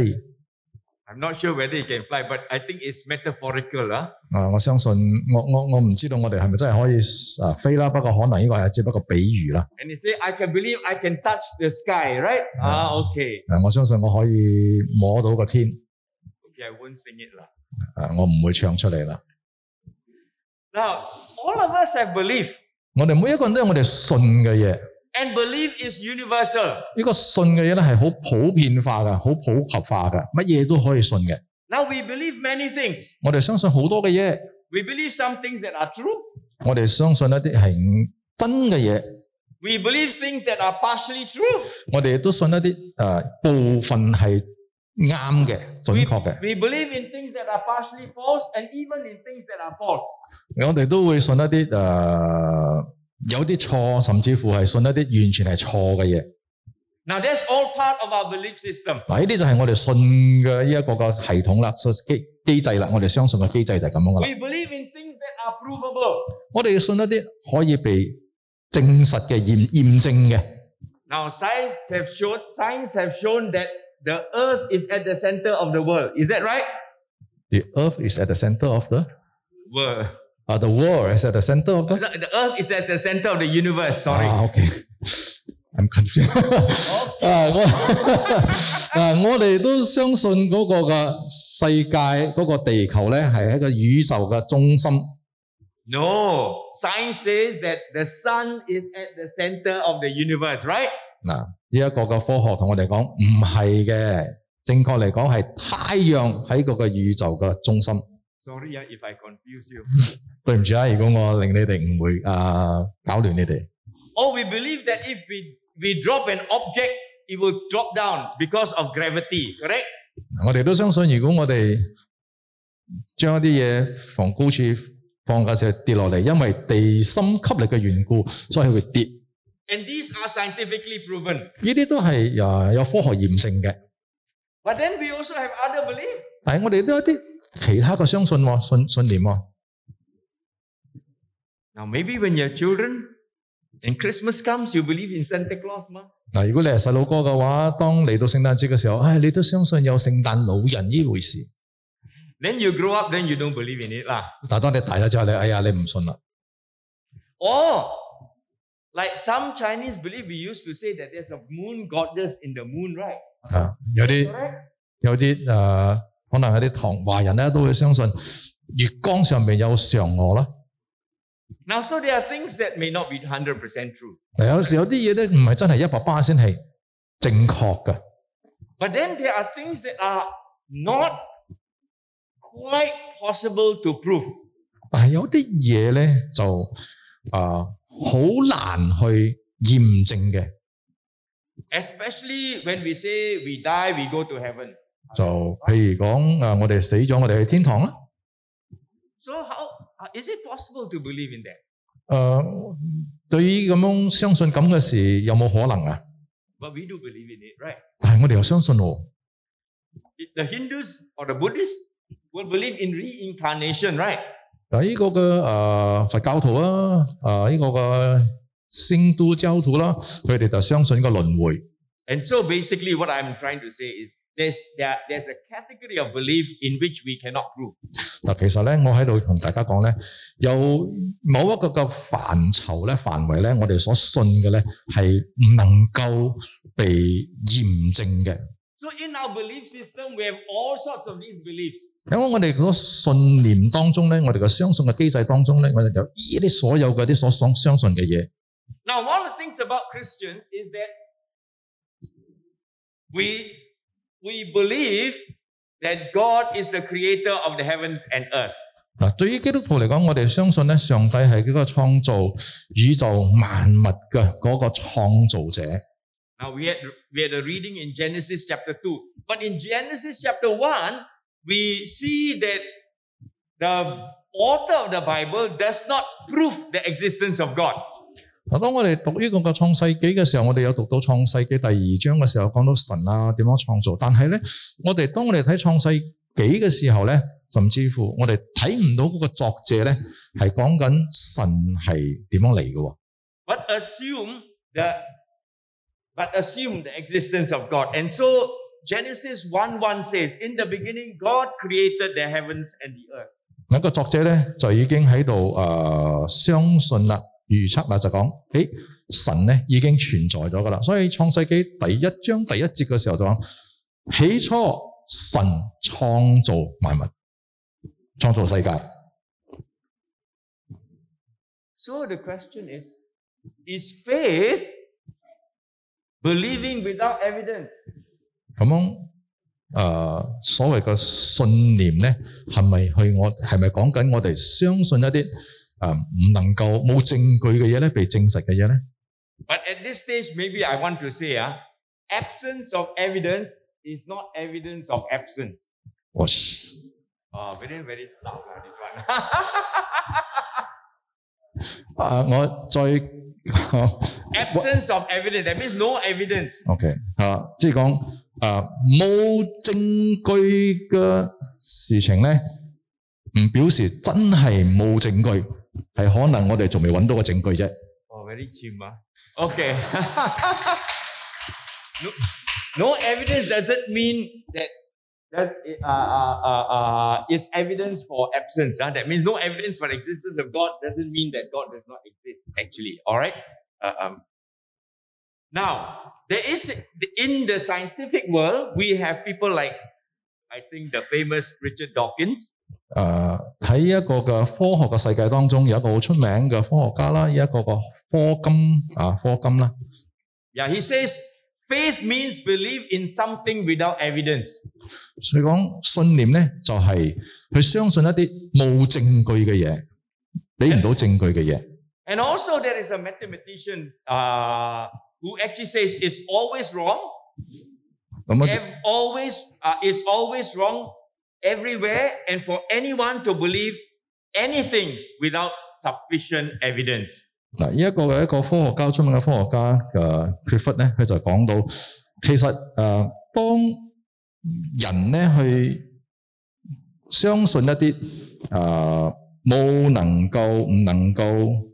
Speaker 1: I'm not sure whether it can fly, but I think it's metaphorical, huh?
Speaker 2: 啊！我相信我我我唔知道我哋係咪真係可以啊飛啦，不過可能呢個係只不過比喻啦。
Speaker 1: And he say, I can believe I can touch the sky, right? Ah, okay.
Speaker 2: 啊，我相信我可以摸到個天
Speaker 1: Okay, I won't sing it lah.
Speaker 2: 啊！我唔會唱出嚟啦。
Speaker 1: Now, all of us have belief,
Speaker 2: 我哋每一個人都有我哋信嘅嘢，呢、
Speaker 1: and belief is universal.
Speaker 2: 個信嘅嘢咧係好普遍化嘅，好普及化嘅，乜嘢都可以信嘅。
Speaker 1: Now we believe many things.
Speaker 2: 我哋相信好多嘅嘢。
Speaker 1: We believe some things that are true.
Speaker 2: 我哋相信一啲係真嘅嘢，
Speaker 1: We believe things that are partially true.
Speaker 2: 我哋亦都信一啲诶、呃部分係啱嘅、準
Speaker 1: We,
Speaker 2: 確嘅。
Speaker 1: we believe in things that are partially false and even in things that are false.
Speaker 2: 我哋都會信一啲诶、呃有啲錯，甚至乎係信一啲完全係錯嘅嘢。
Speaker 1: Now that's all part of our belief system.
Speaker 2: 嗱，呢啲就係我哋信嘅呢一個嘅系統啦，所以機機制啦。我哋相信嘅機制就係咁樣噶啦。
Speaker 1: We believe in things that are provable.
Speaker 2: 我哋信一啲可以被證實嘅驗验证嘅。
Speaker 1: Now science have shown science have shown that the earth is at the center of the world. Is that right?
Speaker 2: The Earth is at the center of the
Speaker 1: (laughs) World.
Speaker 2: uh, the world is at the center of the
Speaker 1: The earth is at the center of the universe. Sorry.
Speaker 2: 啊，OK。I'm confused (laughs) 啊！我啊，我 (laughs) 哋都相信嗰個嘅世界嗰、個地球咧，係一個宇宙嘅中心。
Speaker 1: No. Science says that the sun is at the center of the universe, right?
Speaker 2: 嗱，呢一個嘅科學同我哋講唔係嘅，正確嚟講係太陽喺嗰個宇宙嘅中心。
Speaker 1: Sorry yeah, if I confuse you.
Speaker 2: 對唔住啊，如果我令你哋誤會啊，搞亂你哋。
Speaker 1: Or we believe that if we, we drop an object, it will drop down because of gravity, correct?
Speaker 2: 我哋都相信，如果我哋將一啲嘢從高處放嘅時候跌落嚟，因為地心吸力嘅緣故，所以會跌。
Speaker 1: And these are scientifically proven.
Speaker 2: 呢啲都係啊有科學驗證嘅，
Speaker 1: But then we also have other beliefs.
Speaker 2: 但係我哋都有啲其他嘅相信喎、信信念喎、
Speaker 1: Now, maybe when you're children and Christmas comes, you believe in Santa Claus, ma.
Speaker 2: 嗱，如果你係細佬哥嘅話，當嚟到聖誕節嘅時候，唉、你都相信有聖誕老人呢回事。
Speaker 1: Then you grow up, then you don't believe in it, lah.
Speaker 2: 但係當你大咗之後，你哎呀，你唔信啦。
Speaker 1: Or, like some Chinese believe, we used to say that there's a moon goddess in the moon, right?
Speaker 2: 啊，有啲
Speaker 1: Correct?
Speaker 2: 有啲誒、呃可能有啲唐華人咧都會相信月光上面有嫦娥啦。
Speaker 1: Now, so there are things that may not be 100% true.
Speaker 2: 嗱，有時有啲嘢咧唔係真係一百巴先係正確嘅。
Speaker 1: But then there are things that are not quite possible to prove.
Speaker 2: 但係有啲嘢咧就啊好、難去驗證嘅，
Speaker 1: Especially when we say we die, we go to heaven.
Speaker 2: 就譬如講啊，我哋死咗，我哋去天堂啦。
Speaker 1: So how uh, is it possible to believe in that?
Speaker 2: 誒、對於咁樣相信咁嘅事，有冇可能啊？
Speaker 1: But we do believe in it, right?
Speaker 2: 但係我哋又相信喎。
Speaker 1: It- The Hindus or the Buddhists will believe in reincarnation, right?
Speaker 2: 嗱，呢個嘅誒、呃佛教徒啦，啊呢、個嘅聖都教徒啦，佢哋就相信呢個輪迴。
Speaker 1: And so basically what I'm trying to say is There's, there, there's a category of belief in which we cannot prove.
Speaker 2: 嗱，其實咧，我喺度同大家講咧，有某一個嘅範疇咧、範圍咧，我哋所信嘅咧係唔能夠被驗證嘅，
Speaker 1: So in our belief system, we have all sorts of these beliefs.
Speaker 2: 因為我哋嗰個信念當中咧，我哋嘅相信嘅機制當中咧，我哋有呢啲所有嘅啲所相相信嘅嘢。
Speaker 1: Now, one of the things about Christians is that we, we believe that God is the creator of the heavens and earth.
Speaker 2: 嗱，對於基督徒嚟講，我哋相信咧，上帝係嗰個創造宇宙萬物嘅嗰個創造者。
Speaker 1: Now we had we had a reading in Genesis chapter 2. But in Genesis chapter 1, we see that the author of the Bible does not prove the existence of God.
Speaker 2: 嗱，當我哋讀呢個嘅創世紀嘅時候，我哋有讀到創世紀第二章嘅時候，講到神啊點樣創造。但係咧，我哋當我哋睇創世紀嘅時候咧，甚至乎我哋睇唔到嗰個作者咧係講緊神係點樣嚟嘅喎。
Speaker 1: But assume the but assume the existence of God. And so Genesis 1:1 says, In the beginning, God created the heavens and the earth.
Speaker 2: 嗱，個作者咧就已經喺度誒相信啦、預測啦，就講誒神咧已經存在咗噶啦。所以創世紀第一章第一節嘅時候就講，起初神創造萬物，創造世界。
Speaker 1: So the question is, is faith believing without evidence?
Speaker 2: 咁樣誒、呃所謂嘅信念咧，係咪去我係咪講緊我哋相信一啲誒唔能夠冇證據嘅嘢咧，被證實嘅嘢咧？
Speaker 1: But at this stage, maybe I want to say, ah, absence of evidence is not evidence of absence.
Speaker 2: 我
Speaker 1: Oh, very, very loud, ah, (laughs) this
Speaker 2: 啊，我再 (laughs)
Speaker 1: one. absence of evidence, that means no evidence.
Speaker 2: OK 啊，即係講啊冇證據嘅事情咧，唔表示真係冇證據，係可能我哋仲未揾到個證據啫。
Speaker 1: Oh, very chim, ah. Okay. (laughs) no, no evidence doesn't mean that that uh, uh, uh, uh, is evidence for absence. ah. That means no evidence for existence of God doesn't mean that God does not exist. Actually, all right. Uh, um, now there is in the scientific world we have people like I think the famous Richard Dawkins.
Speaker 2: 誒喺啊一個嘅科學嘅世界當中，有一個好出名嘅科學家啦，有一個個科金啊科金啦，
Speaker 1: Yeah, he says faith means belief in something without evidence.
Speaker 2: 所以講信念咧就係、去相信一啲冇證據嘅嘢，俾唔到證據嘅嘢。
Speaker 1: And also, there is a mathematician uh, who actually says it's always wrong.
Speaker 2: 咁啊
Speaker 1: ev- always, uh, it's always wrong everywhere and for anyone to believe anything without sufficient evidence.
Speaker 2: 嗱，呢一個嘅一個科學家出名嘅科學家嘅 Clifford 咧，佢就講到，其實誒、呃、當人咧去相信一啲誒冇能夠唔能夠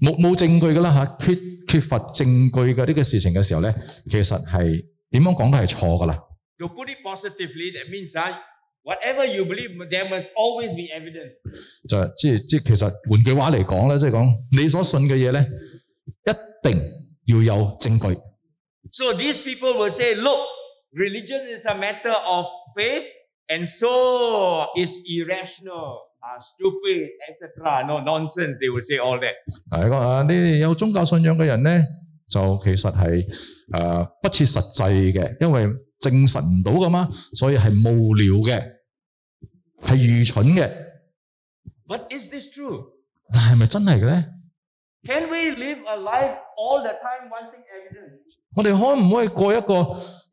Speaker 2: 冇冇證據㗎啦嚇，缺缺乏證據嘅呢個事情嘅時候咧，其實係點樣講都係錯㗎啦。
Speaker 1: To put it positively, that means uh, whatever you believe, there must always be evidence.
Speaker 2: 就係即係即係其實換句話嚟講咧，即係講你所信嘅嘢咧，一定要有證據。
Speaker 1: So these people will say, look, religion is a matter of faith, and so it's irrational, uh, stupid, etc. No nonsense. They will say all that.
Speaker 2: 嗱，你講啊，你哋有宗教信仰嘅人咧，就其實係誒、呃不切實際嘅，因為證實唔到噶嘛，所以係無聊嘅，係愚蠢嘅。
Speaker 1: But is this true?
Speaker 2: 但係咪真係嘅咧？
Speaker 1: Can we live a life all the time wanting evidence?
Speaker 2: 我哋可唔可以過一個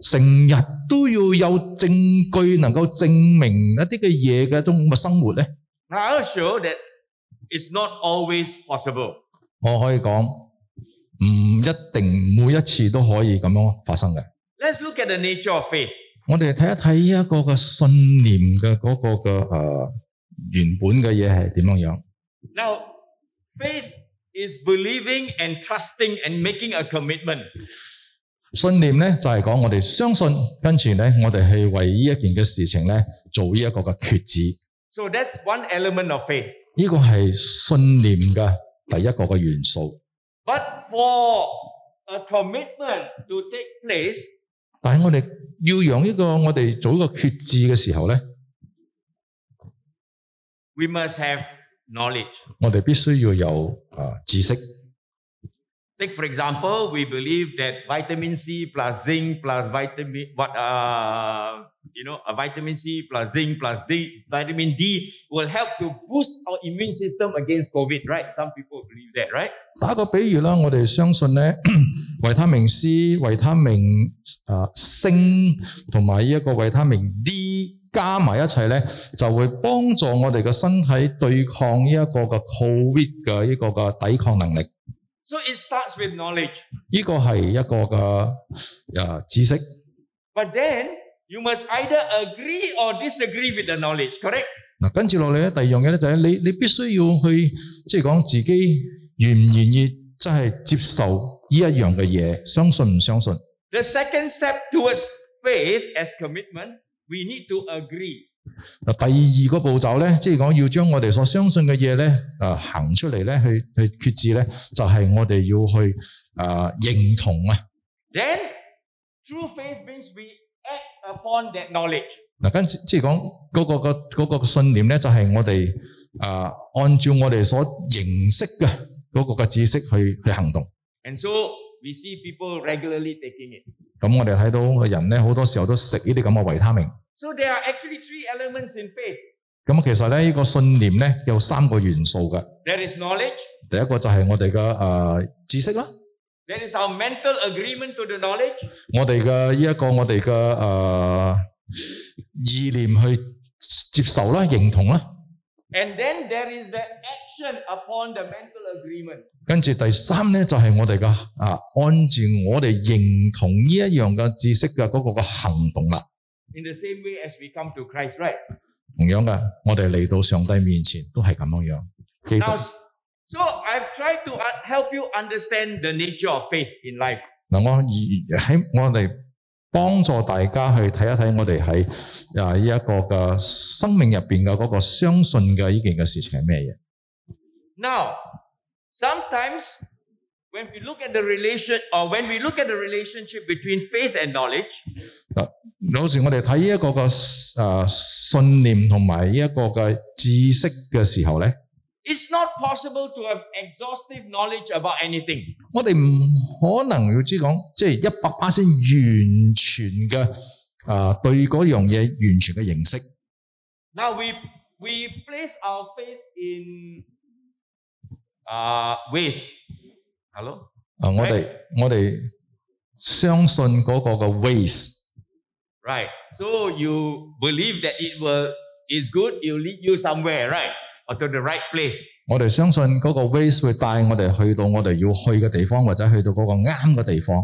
Speaker 2: 成日都要有證據能夠證明一啲嘅嘢嘅一種咁嘅生活咧？
Speaker 1: Now, I'll show that it's not always possible.
Speaker 2: 我可以講，唔一定每一次都可以咁樣發生嘅。
Speaker 1: Let's look at the nature of faith.
Speaker 2: 我哋睇一睇呢一個嘅信念嘅嗰個嘅誒、呃原本嘅嘢係點樣樣？
Speaker 1: Now, faith is believing and trusting and making a commitment.
Speaker 2: 信念咧就係講我哋相信，跟住咧我哋去為呢一件嘅事情咧做呢一個嘅決志。
Speaker 1: So that's one element of faith.
Speaker 2: 呢個係信念嘅第一個嘅元素。
Speaker 1: But for a commitment to take place,
Speaker 2: 但係我哋要讓呢個我哋做一個決志嘅時候咧，
Speaker 1: we must have knowledge.
Speaker 2: 我哋必須要有啊知識。
Speaker 1: Take for example, we believe that vitamin C plus zinc plus vitamin what uh you know a vitamin C plus zinc plus D vitamin D will help to boost our immune system against COVID, right? Some people believe that, right?
Speaker 2: 打個比喻啦，我哋相信咧， (clears throat) 維他命 C、維他命啊鋅同埋呢一個維他命 D 加埋一齊咧，就會幫助我哋嘅身體對抗呢一個嘅 Covid 嘅呢個嘅抵抗能力。
Speaker 1: So it starts with knowledge.
Speaker 2: 呢個係一個嘅啊知識，
Speaker 1: But then you must either agree or disagree with the knowledge, correct?
Speaker 2: 嗱，跟住落嚟咧，第二樣嘢咧就係你你必須要去即係講自己願唔願意，即係接受呢一樣嘅嘢，相信唔相信？
Speaker 1: The second step towards faith as commitment, we need to agree.
Speaker 2: 嗱，第二個步驟咧，即係講要將我哋所相信嘅嘢咧，啊行出嚟咧，去去決志咧，就係、我哋要去啊認同啊。
Speaker 1: Then true faith means we act upon that knowledge.
Speaker 2: 嗱，跟住即係講嗰個個嗰、個信念咧，就係、我哋啊按照我哋所認識嘅嗰個嘅知識去去行動。
Speaker 1: And so we see people regularly taking it.
Speaker 2: 咁我哋睇到嘅人咧，好多時候都食呢啲咁嘅維他命。
Speaker 1: So there are actually three elements in faith.
Speaker 2: 咁其實咧，呢、個信念咧有三個元素嘅。
Speaker 1: There is knowledge,
Speaker 2: 第一個就係我哋嘅誒知識啦，
Speaker 1: there is our mental agreement to the knowledge,
Speaker 2: 我哋嘅呢一個我哋嘅誒意念去接受啦、認同啦。
Speaker 1: and then there is the action upon the mental agreement.
Speaker 2: 跟住第三咧就係、我哋嘅啊，按照我哋認同呢一樣嘅知識嘅嗰個嘅行動啦。
Speaker 1: In the same way as we come to Christ, right?
Speaker 2: 同樣嘅，我哋嚟到上帝面前都係咁樣樣。記得
Speaker 1: Now, so I've tried to uh, help you understand the nature of faith in life.
Speaker 2: 嗱，我以喺我哋幫助大家去睇一睇我哋喺啊呢一個嘅生命入邊嘅嗰個相信嘅呢件嘅事情係咩嘢？
Speaker 1: Now, sometimes when we look at the relation or when we look at the relationship between faith and knowledge,
Speaker 2: 有時我哋睇呢一個嘅誒信念同埋呢一個嘅知識嘅時候咧，
Speaker 1: it's not possible to have exhaustive knowledge about anything.
Speaker 2: 我哋唔可能要知講，即係一百巴先完全嘅啊對嗰樣嘢完全嘅認識。
Speaker 1: Now we we place our faith in uh, ways. Hello?
Speaker 2: 啊，我哋我哋相信嗰個嘅 ways。
Speaker 1: Right. So you believe that it will is good, it'll lead you somewhere, right? Or to the right place.
Speaker 2: 我哋相信嗰個 ways 會帶我哋去到我哋要去嘅地方，或者去到嗰個啱嘅地方。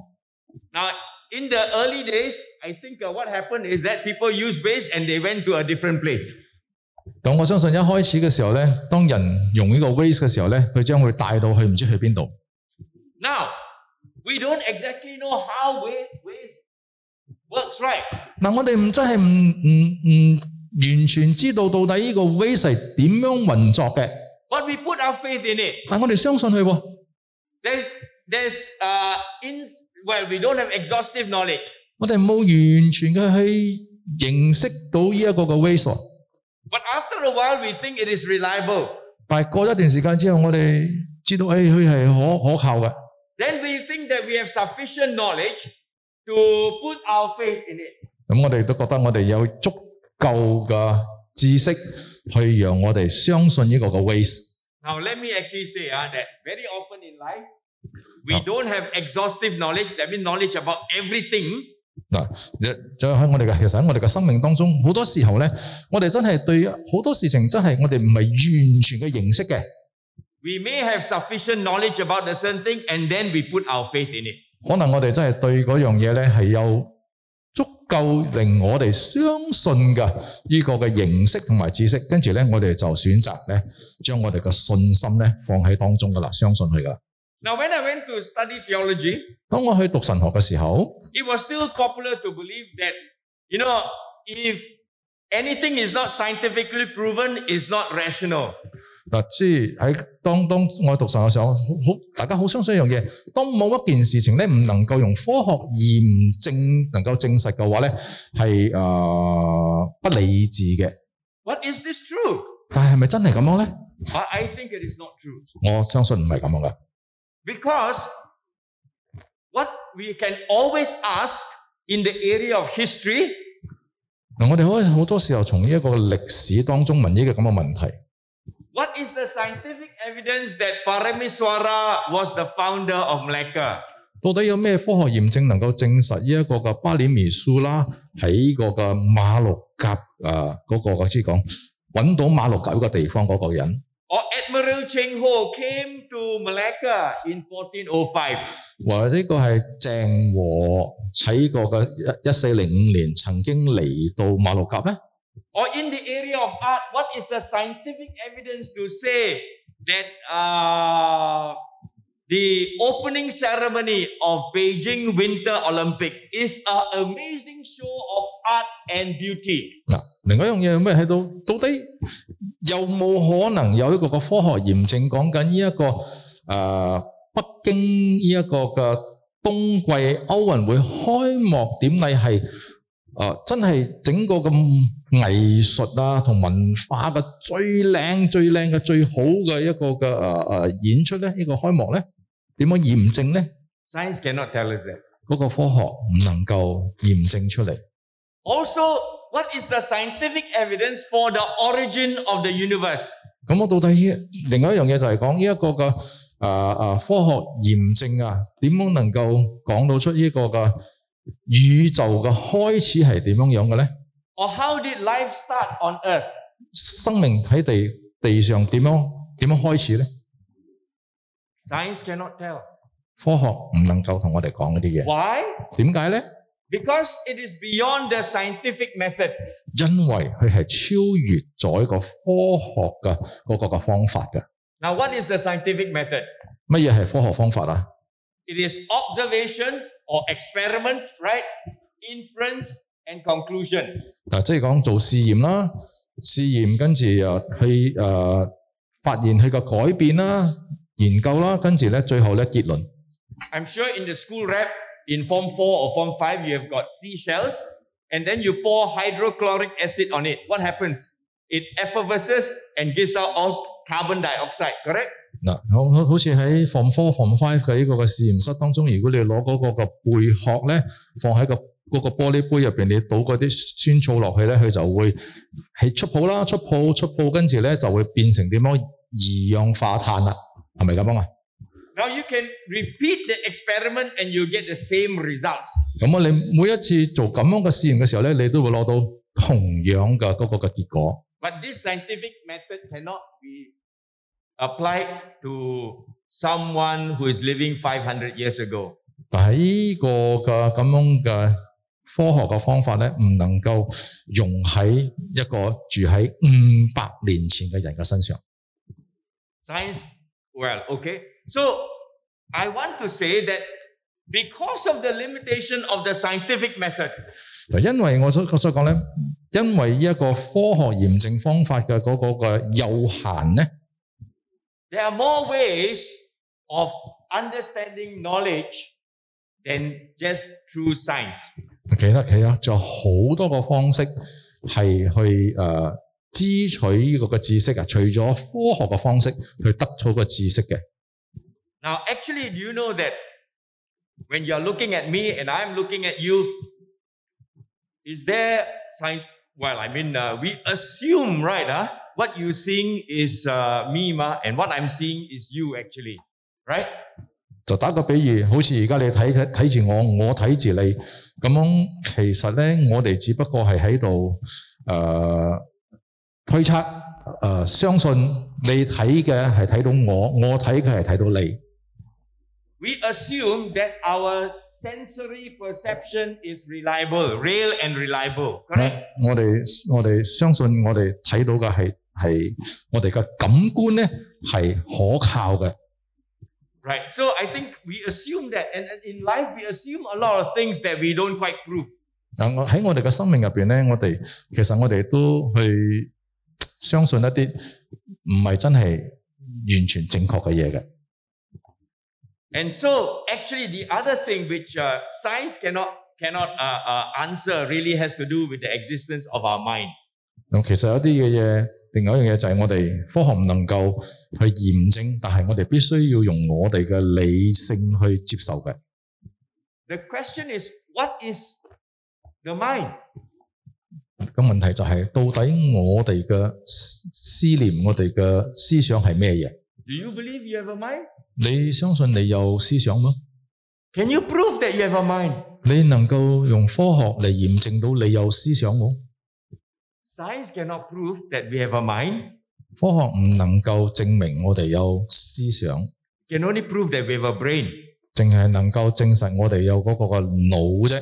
Speaker 1: Now, in the early days, I think uh, what happened is that people used ways and they went to a different place.
Speaker 2: 咁我相信一開始嘅時候呢，當人用呢個 ways 嘅時候呢，佢將會帶到去唔知去邊度。
Speaker 1: Now, we don't exactly know how way, ways works, right?
Speaker 2: 嗱，我哋唔真係唔唔唔完全知道到底呢個 ways 係點樣運作嘅，啊
Speaker 1: But we put our faith in it.
Speaker 2: 但我哋相信佢喎。
Speaker 1: There's, there's, uh, in, well, we don't have exhaustive knowledge,
Speaker 2: 我哋冇完全嘅去認識到呢一個嘅 ways 喎。
Speaker 1: but after a while, we think it is reliable.
Speaker 2: 但係過咗一段時間之後，我哋知道，誒哎佢係可可靠嘅。
Speaker 1: Then we think that we have sufficient knowledge to put our faith in it.
Speaker 2: 咁我哋都覺得我哋有足夠嘅知識去讓我哋相信呢個嘅 ways。
Speaker 1: Now, let me actually say ah, that very often in life, we don't have exhaustive knowledge, that means knowledge about everything.
Speaker 2: 就就喺我哋嘅，其實喺我哋嘅生命當中，好多時候呢，我哋真係對好多事情真係我哋唔係完全嘅認識嘅。
Speaker 1: We may have sufficient knowledge about a certain thing and then we put our faith in it.
Speaker 2: 可能我哋真係對嗰樣嘢呢係有足夠令我哋相信嘅呢個嘅認識同埋知識，跟住呢，我哋就選擇呢將我哋嘅信心呢放喺當中噶啦，相信佢噶啦。
Speaker 1: Now, when I went to study theology,
Speaker 2: 當我去讀神學嘅時候，
Speaker 1: it was still popular to believe that, you know, if anything is not scientifically proven, it's not rational.
Speaker 2: 嗱，即係喺當當我讀神學嘅時候，好好大家好相信一樣嘢，當冇一件事情咧唔能夠用科學驗證能夠證實嘅話咧，係誒、呃不理智嘅。
Speaker 1: What is this true?
Speaker 2: 但係係咪真係咁樣咧？
Speaker 1: I I think it is not true.
Speaker 2: 我相信唔係咁樣嘅，
Speaker 1: Because what we can always ask in the area of history
Speaker 2: 嗱，我哋可以好多時候從呢一個歷史當中問呢個咁嘅問題。
Speaker 1: What is the scientific evidence that Parameswara was the founder of Malacca?
Speaker 2: 到底有咩科學驗證能夠證實呢一個嘅巴里米蘇啦喺呢個嘅馬六甲啊嗰、個我知講揾到馬六甲呢個地方嗰個人，
Speaker 1: Or Admiral Cheng Ho came to Malacca in 1405.
Speaker 2: 或者呢個係鄭和喺呢個嘅一一四零五年曾經嚟到馬六甲咧？
Speaker 1: Or in the area of art, what is the scientific evidence to say that uh, the opening ceremony of Beijing Winter Olympic is an amazing show of art and beauty?
Speaker 2: 嗱，另外一樣嘢有咩喺度？到底有冇可能有一個個科學驗證講緊呢一個誒、呃北京呢一個嘅冬季奧運會開幕典禮係誒真係整個咁藝術啊同文化嘅最靚最靚嘅最好嘅一個嘅誒誒演出咧，呢、個開幕咧點樣驗證咧？
Speaker 1: Science cannot tell us that.
Speaker 2: 嗰、個科學唔能夠驗證出嚟。
Speaker 1: Also, what is the scientific evidence for the origin of the universe?
Speaker 2: 咁我到底另外一樣嘢就係講呢一個嘅啊啊科學驗證啊，點樣能夠講到出呢個嘅宇宙嘅開始係點樣樣嘅咧？
Speaker 1: Or how did life start on earth?
Speaker 2: 生命喺地地上點樣點樣開始咧？
Speaker 1: Science cannot tell.
Speaker 2: 科學唔能夠同我哋講嗰啲
Speaker 1: Why?
Speaker 2: 嘢，點解咧？
Speaker 1: Because it is beyond the scientific method.
Speaker 2: 因為佢係超越咗一個科學嘅嗰個嘅方法嘅。
Speaker 1: Now, what is the scientific method?
Speaker 2: 乜嘢係科學方法啊？
Speaker 1: It is observation or experiment, right? Inference and conclusion.
Speaker 2: 嗱，啊即係講做試驗啦，試驗跟住又去誒、呃、發現佢個改變啦、研究啦，跟住咧最後咧結論。
Speaker 1: I'm sure in the school rep in form 4 or form 5 you have got seashells and then you pour hydrochloric acid on it. What happens? It effervesces and gives out all carbon dioxide, correct?
Speaker 2: 嗱，好好好似喺 form four、form five 嘅呢個嘅試驗室當中，如果你攞嗰個嘅貝殼咧，放喺個嗰個玻璃杯入邊，你倒嗰啲酸醋落去咧，佢就會係出泡啦，出泡出泡，跟住咧就會變成點樣二氧化碳啦，係咪咁樣啊？
Speaker 1: Now you can repeat the experiment and you get the same results.
Speaker 2: 咁啊，你每一次做咁樣嘅試驗嘅時候咧，你都會攞到同樣嘅嗰個嘅結果。
Speaker 1: But this scientific method cannot be applied to someone who is living 500 years ago.
Speaker 2: 但係呢個嘅咁樣嘅科學嘅方法咧，唔能夠用喺一個住喺五百年前嘅人嘅身上。
Speaker 1: Science, well, okay. So I want to say that because of the limitation of the scientific method,
Speaker 2: 嗱，因為我所我所講咧，因為呢一個科學驗證方法嘅嗰個嘅有限咧，
Speaker 1: there are more ways of understanding knowledge than just through science.
Speaker 2: 其他其他仲有好多個方式係去誒、呃、支取呢個嘅知識啊，除咗科學嘅方式去得到個知識嘅。
Speaker 1: Now, actually, do you know that when you're looking at me and I'm looking at you, is there science? Well, I mean, uh, we assume, right? Huh? What you're seeing is uh, me, ma, and what I'm seeing is you, actually, right?
Speaker 2: 就打個比喻，好似而家你睇睇睇住我，我睇住你，咁樣其實咧，我哋只不過係喺度誒推測誒、呃相信你睇嘅係睇到我，我睇嘅係睇到你。
Speaker 1: We assume that our sensory perception is reliable, real and reliable, correct?
Speaker 2: 我哋我哋相信我哋睇到嘅係係我哋嘅感官咧係可靠嘅。
Speaker 1: Right. So I think we assume that, and and in life we assume a lot of things that we don't quite prove.
Speaker 2: 但我喺我哋嘅生命入边咧，我哋其實我哋都去相信一啲唔係真係完全正確嘅嘢嘅。
Speaker 1: And so actually the other thing which uh, science cannot cannot uh, uh, answer really has to do with the existence of our mind.
Speaker 2: 咁其實有啲嘅嘢，另外一樣嘢就係我哋科學唔能夠去驗證，但係我哋必須要用我哋嘅理性去接受嘅。
Speaker 1: The question is, what is the mind?
Speaker 2: 咁問題就係、到底我哋嘅思思念、我哋嘅思想係咩嘢？
Speaker 1: Do you believe you have a mind?
Speaker 2: 你相信你有思想嗎？
Speaker 1: Can you prove that you have a mind?
Speaker 2: 你能夠用科學嚟驗證到你有思想冇？
Speaker 1: Science cannot prove that we have a mind.
Speaker 2: 科學唔能夠證明我哋有思想，
Speaker 1: It can only prove that we have a brain.
Speaker 2: 淨係能夠證實我哋有嗰個嘅腦啫。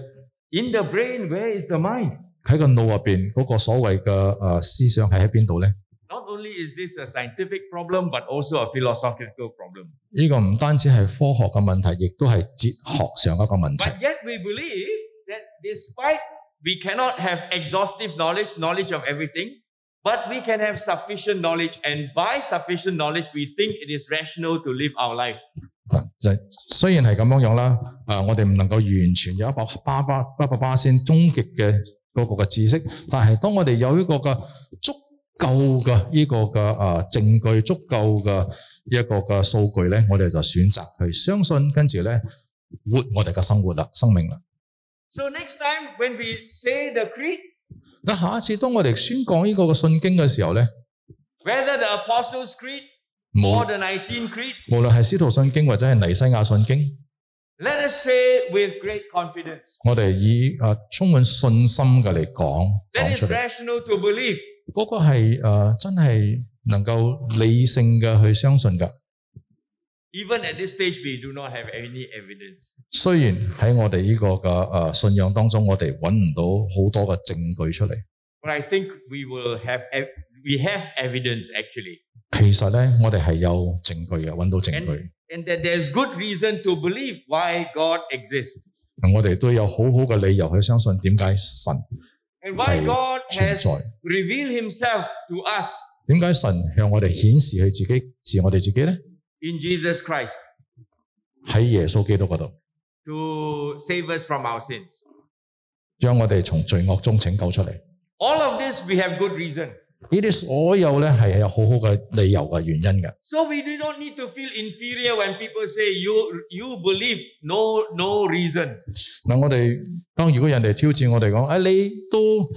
Speaker 1: In the brain, where is the mind?
Speaker 2: 喺個腦入邊嗰個所謂嘅誒思想係喺邊度呢？
Speaker 1: Not only is this a scientific problem, but also a philosophical problem.
Speaker 2: 呢個唔單止係科學嘅問題，亦都係哲學上一個問題。
Speaker 1: But yet we believe that despite we cannot have exhaustive knowledge, knowledge of everything, but we can have sufficient knowledge. And by sufficient knowledge, we think it is rational to live our life.
Speaker 2: 嗱，就係雖然係咁樣樣啦，啊、我哋唔能夠完全有一百巴巴一百巴仙終極嘅嗰個嘅知識，但係當我哋有一個嘅足夠嘅呢個嘅啊證據，足夠嘅一個嘅數據咧，我哋就選擇去相信，跟住咧活我哋嘅生活啦，生命啦。
Speaker 1: So next time when we say the creed,
Speaker 2: 嗱，下一次當我哋宣講呢個嘅信經嘅時候咧，
Speaker 1: whether the Apostles' Creed
Speaker 2: 無
Speaker 1: or the Nicene Creed,
Speaker 2: 無論係司徒信經或者係尼西亞信經。
Speaker 1: let us say with great confidence
Speaker 2: 我哋以啊充滿信心嘅嚟講
Speaker 1: that
Speaker 2: 講
Speaker 1: is
Speaker 2: 出嚟，
Speaker 1: rational to believe.
Speaker 2: 嗰、個係、呃、真係能夠理性嘅去相信㗎。
Speaker 1: Even at this stage, we do not have any evidence.
Speaker 2: 雖然喺我哋呢個嘅呃信仰當中，我哋揾唔到好多嘅證據出嚟，
Speaker 1: But I think we will have, ev- we have evidence actually.
Speaker 2: 其實咧我哋係有證據嘅，揾到證據，
Speaker 1: and that there's good reason to believe why God exists
Speaker 2: 我哋都有好好嘅理由去相信點解神
Speaker 1: and why
Speaker 2: Right.
Speaker 1: God
Speaker 2: 存
Speaker 1: has
Speaker 2: 在，
Speaker 1: revealed Himself to us
Speaker 2: 點解神向我哋顯示佢自己是我哋自己咧？
Speaker 1: in Jesus Christ
Speaker 2: 喺耶穌基督嗰度，
Speaker 1: to save us from our sins.
Speaker 2: 將我哋從罪惡中拯救出嚟。
Speaker 1: All of this we have good reason.
Speaker 2: 呢啲所有咧係有好好嘅理由嘅原因嘅，
Speaker 1: So we do not need to feel inferior when people say you you believe no no reason.
Speaker 2: 嗱，我哋當如果人哋挑戰我哋講，誒、啊你都誒、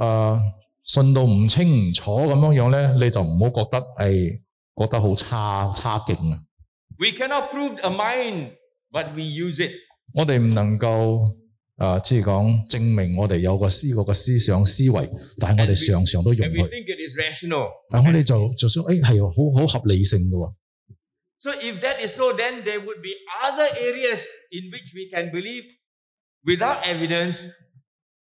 Speaker 2: 呃信到唔清唔楚咁樣樣咧，你就唔好覺得誒、覺得好差差勁啊！
Speaker 1: We cannot prove a mind, but we use it.
Speaker 2: 我哋唔能夠誒，即係講證明我哋有個思個個思想思維，但係我哋常常都用
Speaker 1: And we
Speaker 2: 佢，
Speaker 1: think it is rational.
Speaker 2: 但我哋就就想誒係好好合理性嘅喎。
Speaker 1: So if that is so, then there would be other areas in which we can believe without evidence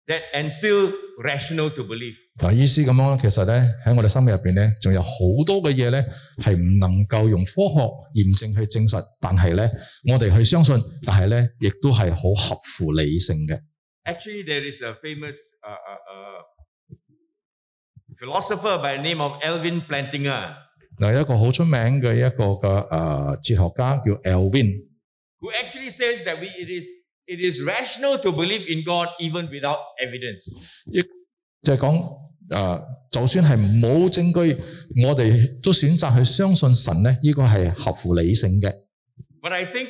Speaker 1: that and still rational to believe.
Speaker 2: 嗱，意思咁樣其實咧喺我哋生命入邊咧，仲有好多嘅嘢咧係唔能夠用科學驗證去證實，但係咧我哋去相信，但係咧亦都係好合乎理性嘅。
Speaker 1: Actually, there is a famous uh, uh, uh, philosopher by the name of Alvin Plantinga
Speaker 2: 嗱，有一個好出名嘅一個嘅誒、呃哲學家叫 Alvin，
Speaker 1: who actually says that we, it is it is rational to believe in God even without evidence.
Speaker 2: 就係講誒，就算係冇證據，我哋都選擇去相信神咧，呢、個係合乎理性嘅。
Speaker 1: But I think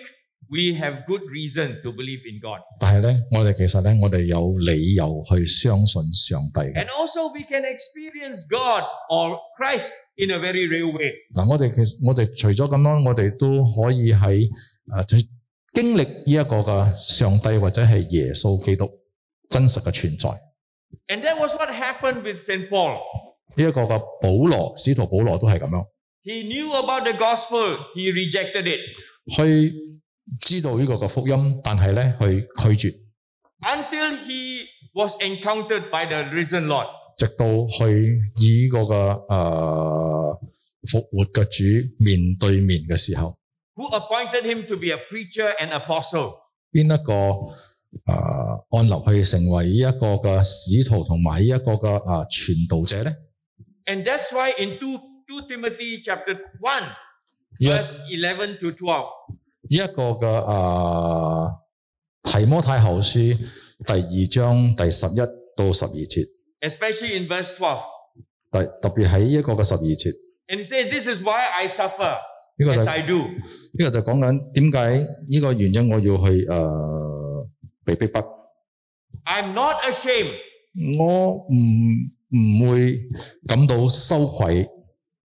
Speaker 1: we have good reason to believe in God.
Speaker 2: 但係咧，我哋其實咧，我哋有理由去相信上帝嘅。
Speaker 1: And also we can experience God or Christ in a very real way.
Speaker 2: 嗱，我哋其實我哋除咗咁樣，我哋都可以喺誒去經歷呢一個嘅上帝或者係耶穌基督真實嘅存在。呢、
Speaker 1: And that was what happened with St. Paul.
Speaker 2: 一個嘅保羅，使徒保羅都係咁樣，
Speaker 1: He knew about the gospel, he rejected it.
Speaker 2: 去知道呢個嘅福音，但係咧去拒絕，
Speaker 1: Until he was encountered by the risen Lord.
Speaker 2: 直到去以啊呢個嘅誒、呃、復活嘅主面對面嘅時候，
Speaker 1: who appointed him to be a preacher and apostle.
Speaker 2: 邊一個啊、按立去成為呢一個嘅使徒同埋呢一個嘅啊傳道者咧？
Speaker 1: And that's why in 2, 2 Timothy chapter 1,
Speaker 2: 約
Speaker 1: verse 11 to 12,
Speaker 2: 呢一個嘅啊提摩太後書第二章第十一到十二節，
Speaker 1: especially in verse 12.
Speaker 2: 特特別喺呢一個嘅十二節，
Speaker 1: And he said, This is why I suffer
Speaker 2: 呢、個
Speaker 1: as
Speaker 2: 就
Speaker 1: I do.
Speaker 2: 呢、個就講緊點解呢個原因我要去诶、呃被逼迫，
Speaker 1: I'm not ashamed,
Speaker 2: 我唔唔會感到羞愧。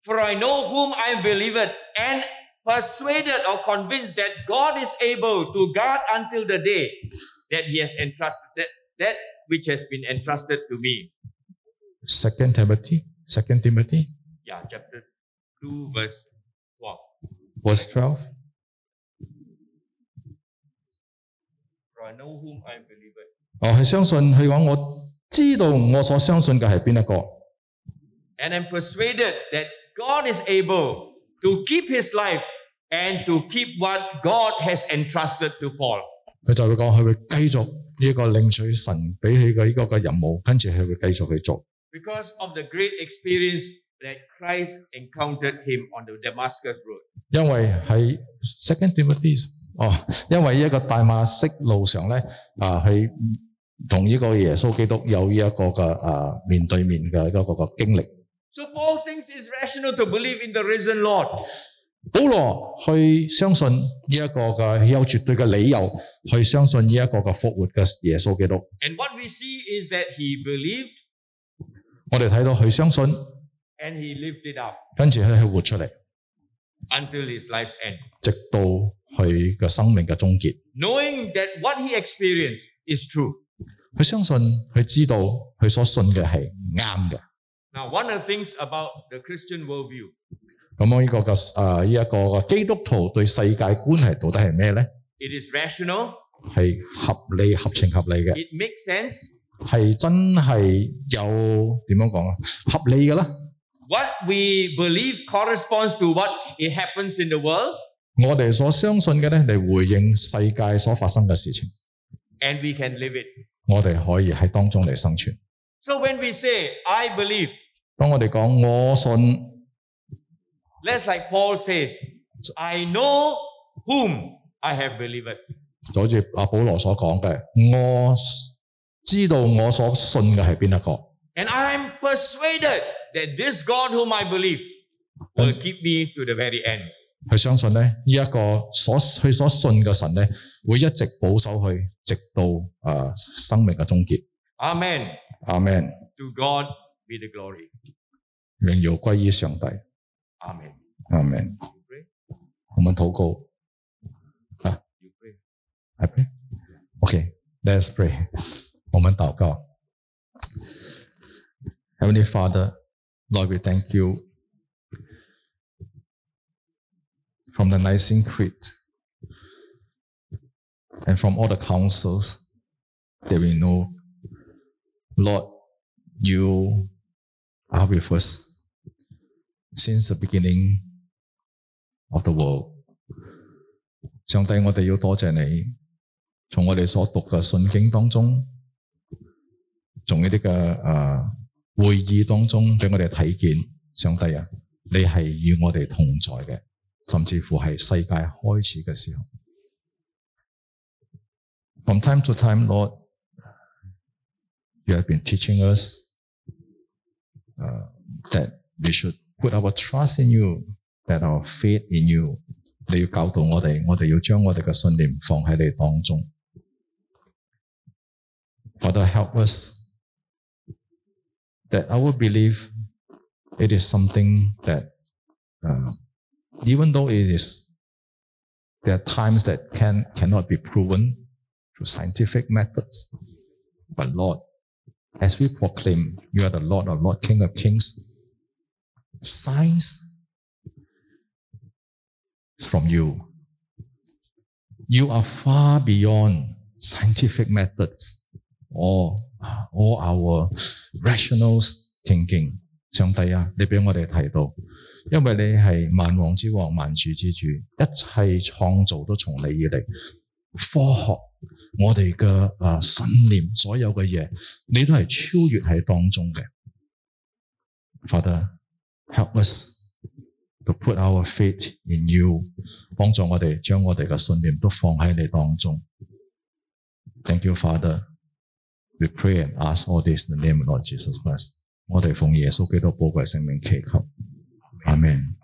Speaker 1: for I know whom I am believed and persuaded or convinced that God is able to guard until the day that he has entrusted that, that which has been entrusted to me.
Speaker 2: Second Timothy, Second Timothy,
Speaker 1: Yeah, chapter 2, verse 12.
Speaker 2: verse twelve.
Speaker 1: For I know whom I am believed.
Speaker 2: 我係相信佢講，我知道我所相信嘅係邊一個。
Speaker 1: and am persuaded that God is able to keep his life and to keep what God has entrusted to Paul.
Speaker 2: 佢就會講，佢會繼續呢個領取神俾佢嘅呢個嘅任務，跟住佢會繼續去做，
Speaker 1: Because of the great experience that Christ encountered him on the Damascus Road.
Speaker 2: 因為喺 Second Timothy 哦，因為呢一個大馬色路上咧啊，佢同呢個耶穌基督有呢一個嘅啊面對面嘅一個嘅經歷。
Speaker 1: So Paul thinks it's rational to believe in the risen Lord.
Speaker 2: 保羅去相信呢一個嘅有絕對嘅理由去相信呢一個嘅復活嘅耶穌基督。
Speaker 1: And what we see is that he believed
Speaker 2: 我哋睇到佢相信，
Speaker 1: and he lived it out
Speaker 2: 跟住佢去活出嚟，
Speaker 1: until his life's end,
Speaker 2: 直到佢嘅生命嘅終結。
Speaker 1: knowing that what he experienced is true.
Speaker 2: 佢相信，佢知道佢所信嘅係啱嘅。
Speaker 1: Now, one of the things about the Christian worldview
Speaker 2: 咁我呢個嘅啊呢一個嘅基督徒對世界觀係到底係咩咧？
Speaker 1: It is rational.
Speaker 2: 係合理、合情、合理嘅，
Speaker 1: It makes sense.
Speaker 2: 係真係有點樣講啊？合理嘅啦，
Speaker 1: What we believe corresponds to what it happens in the world,
Speaker 2: 我哋所相信嘅咧嚟回應世界所發生嘅事情，
Speaker 1: and we can live it.
Speaker 2: 我哋可以喺當中嚟生存。
Speaker 1: So when we say "I believe,"
Speaker 2: 當我哋講我信
Speaker 1: let's like Paul says, "I know whom I have believed."
Speaker 2: 就好似阿保羅所講嘅，我知道我所信嘅係邊一個，
Speaker 1: And I'm persuaded that this God whom I believe will keep me to the very end.
Speaker 2: 佢相信咧呢一、個所佢所信嘅神咧，會一直保守佢，直到啊、生命嘅終結。
Speaker 1: Amen.
Speaker 2: 阿 Man，
Speaker 1: To God be the glory.
Speaker 2: 榮耀歸於上帝。
Speaker 1: Amen.
Speaker 2: 阿 Man，
Speaker 1: You pray.
Speaker 2: 我們禱告。
Speaker 1: You pray.
Speaker 2: I pray. OK，let's、pray。我們禱告。Heavenly Father，Lord we thank you from the Nicene Creed and from all the councils that we know. Lord, you are with us since the beginning of the world. 上帝，我哋要多謝你。從我哋所讀嘅信經當中，從呢啲嘅啊诶会议当中，俾我哋睇見，上帝啊，你係與我哋同在嘅，甚至乎係世界開始嘅時候。From time to time, Lord, you have been teaching us、uh, that we should put our trust in you, that our faith in you。你要教導我哋，我哋要將我哋嘅信念放喺你當中。Father, help us that our belief it is something that, uh, even though it is, there are times that can cannot be proven through scientific methods. But Lord, as we proclaim, you are the Lord of Lord, King of Kings. Science is from you. You are far beyond scientific methods or or our rational thinking. 上帝啊，你俾我哋睇到，因為你係萬王之王、萬主之主，一切創造都從你而嚟。科學，我哋嘅啊信念，所有嘅嘢，你都係超越喺當中嘅。Father, help us to put our faith in you，幫助我哋將我哋嘅信念都放喺你當中。Thank you, Father. We pray and ask all this in the name of Lord Jesus Christ. 我哋奉耶穌基督寶貴聖名祈求，阿門。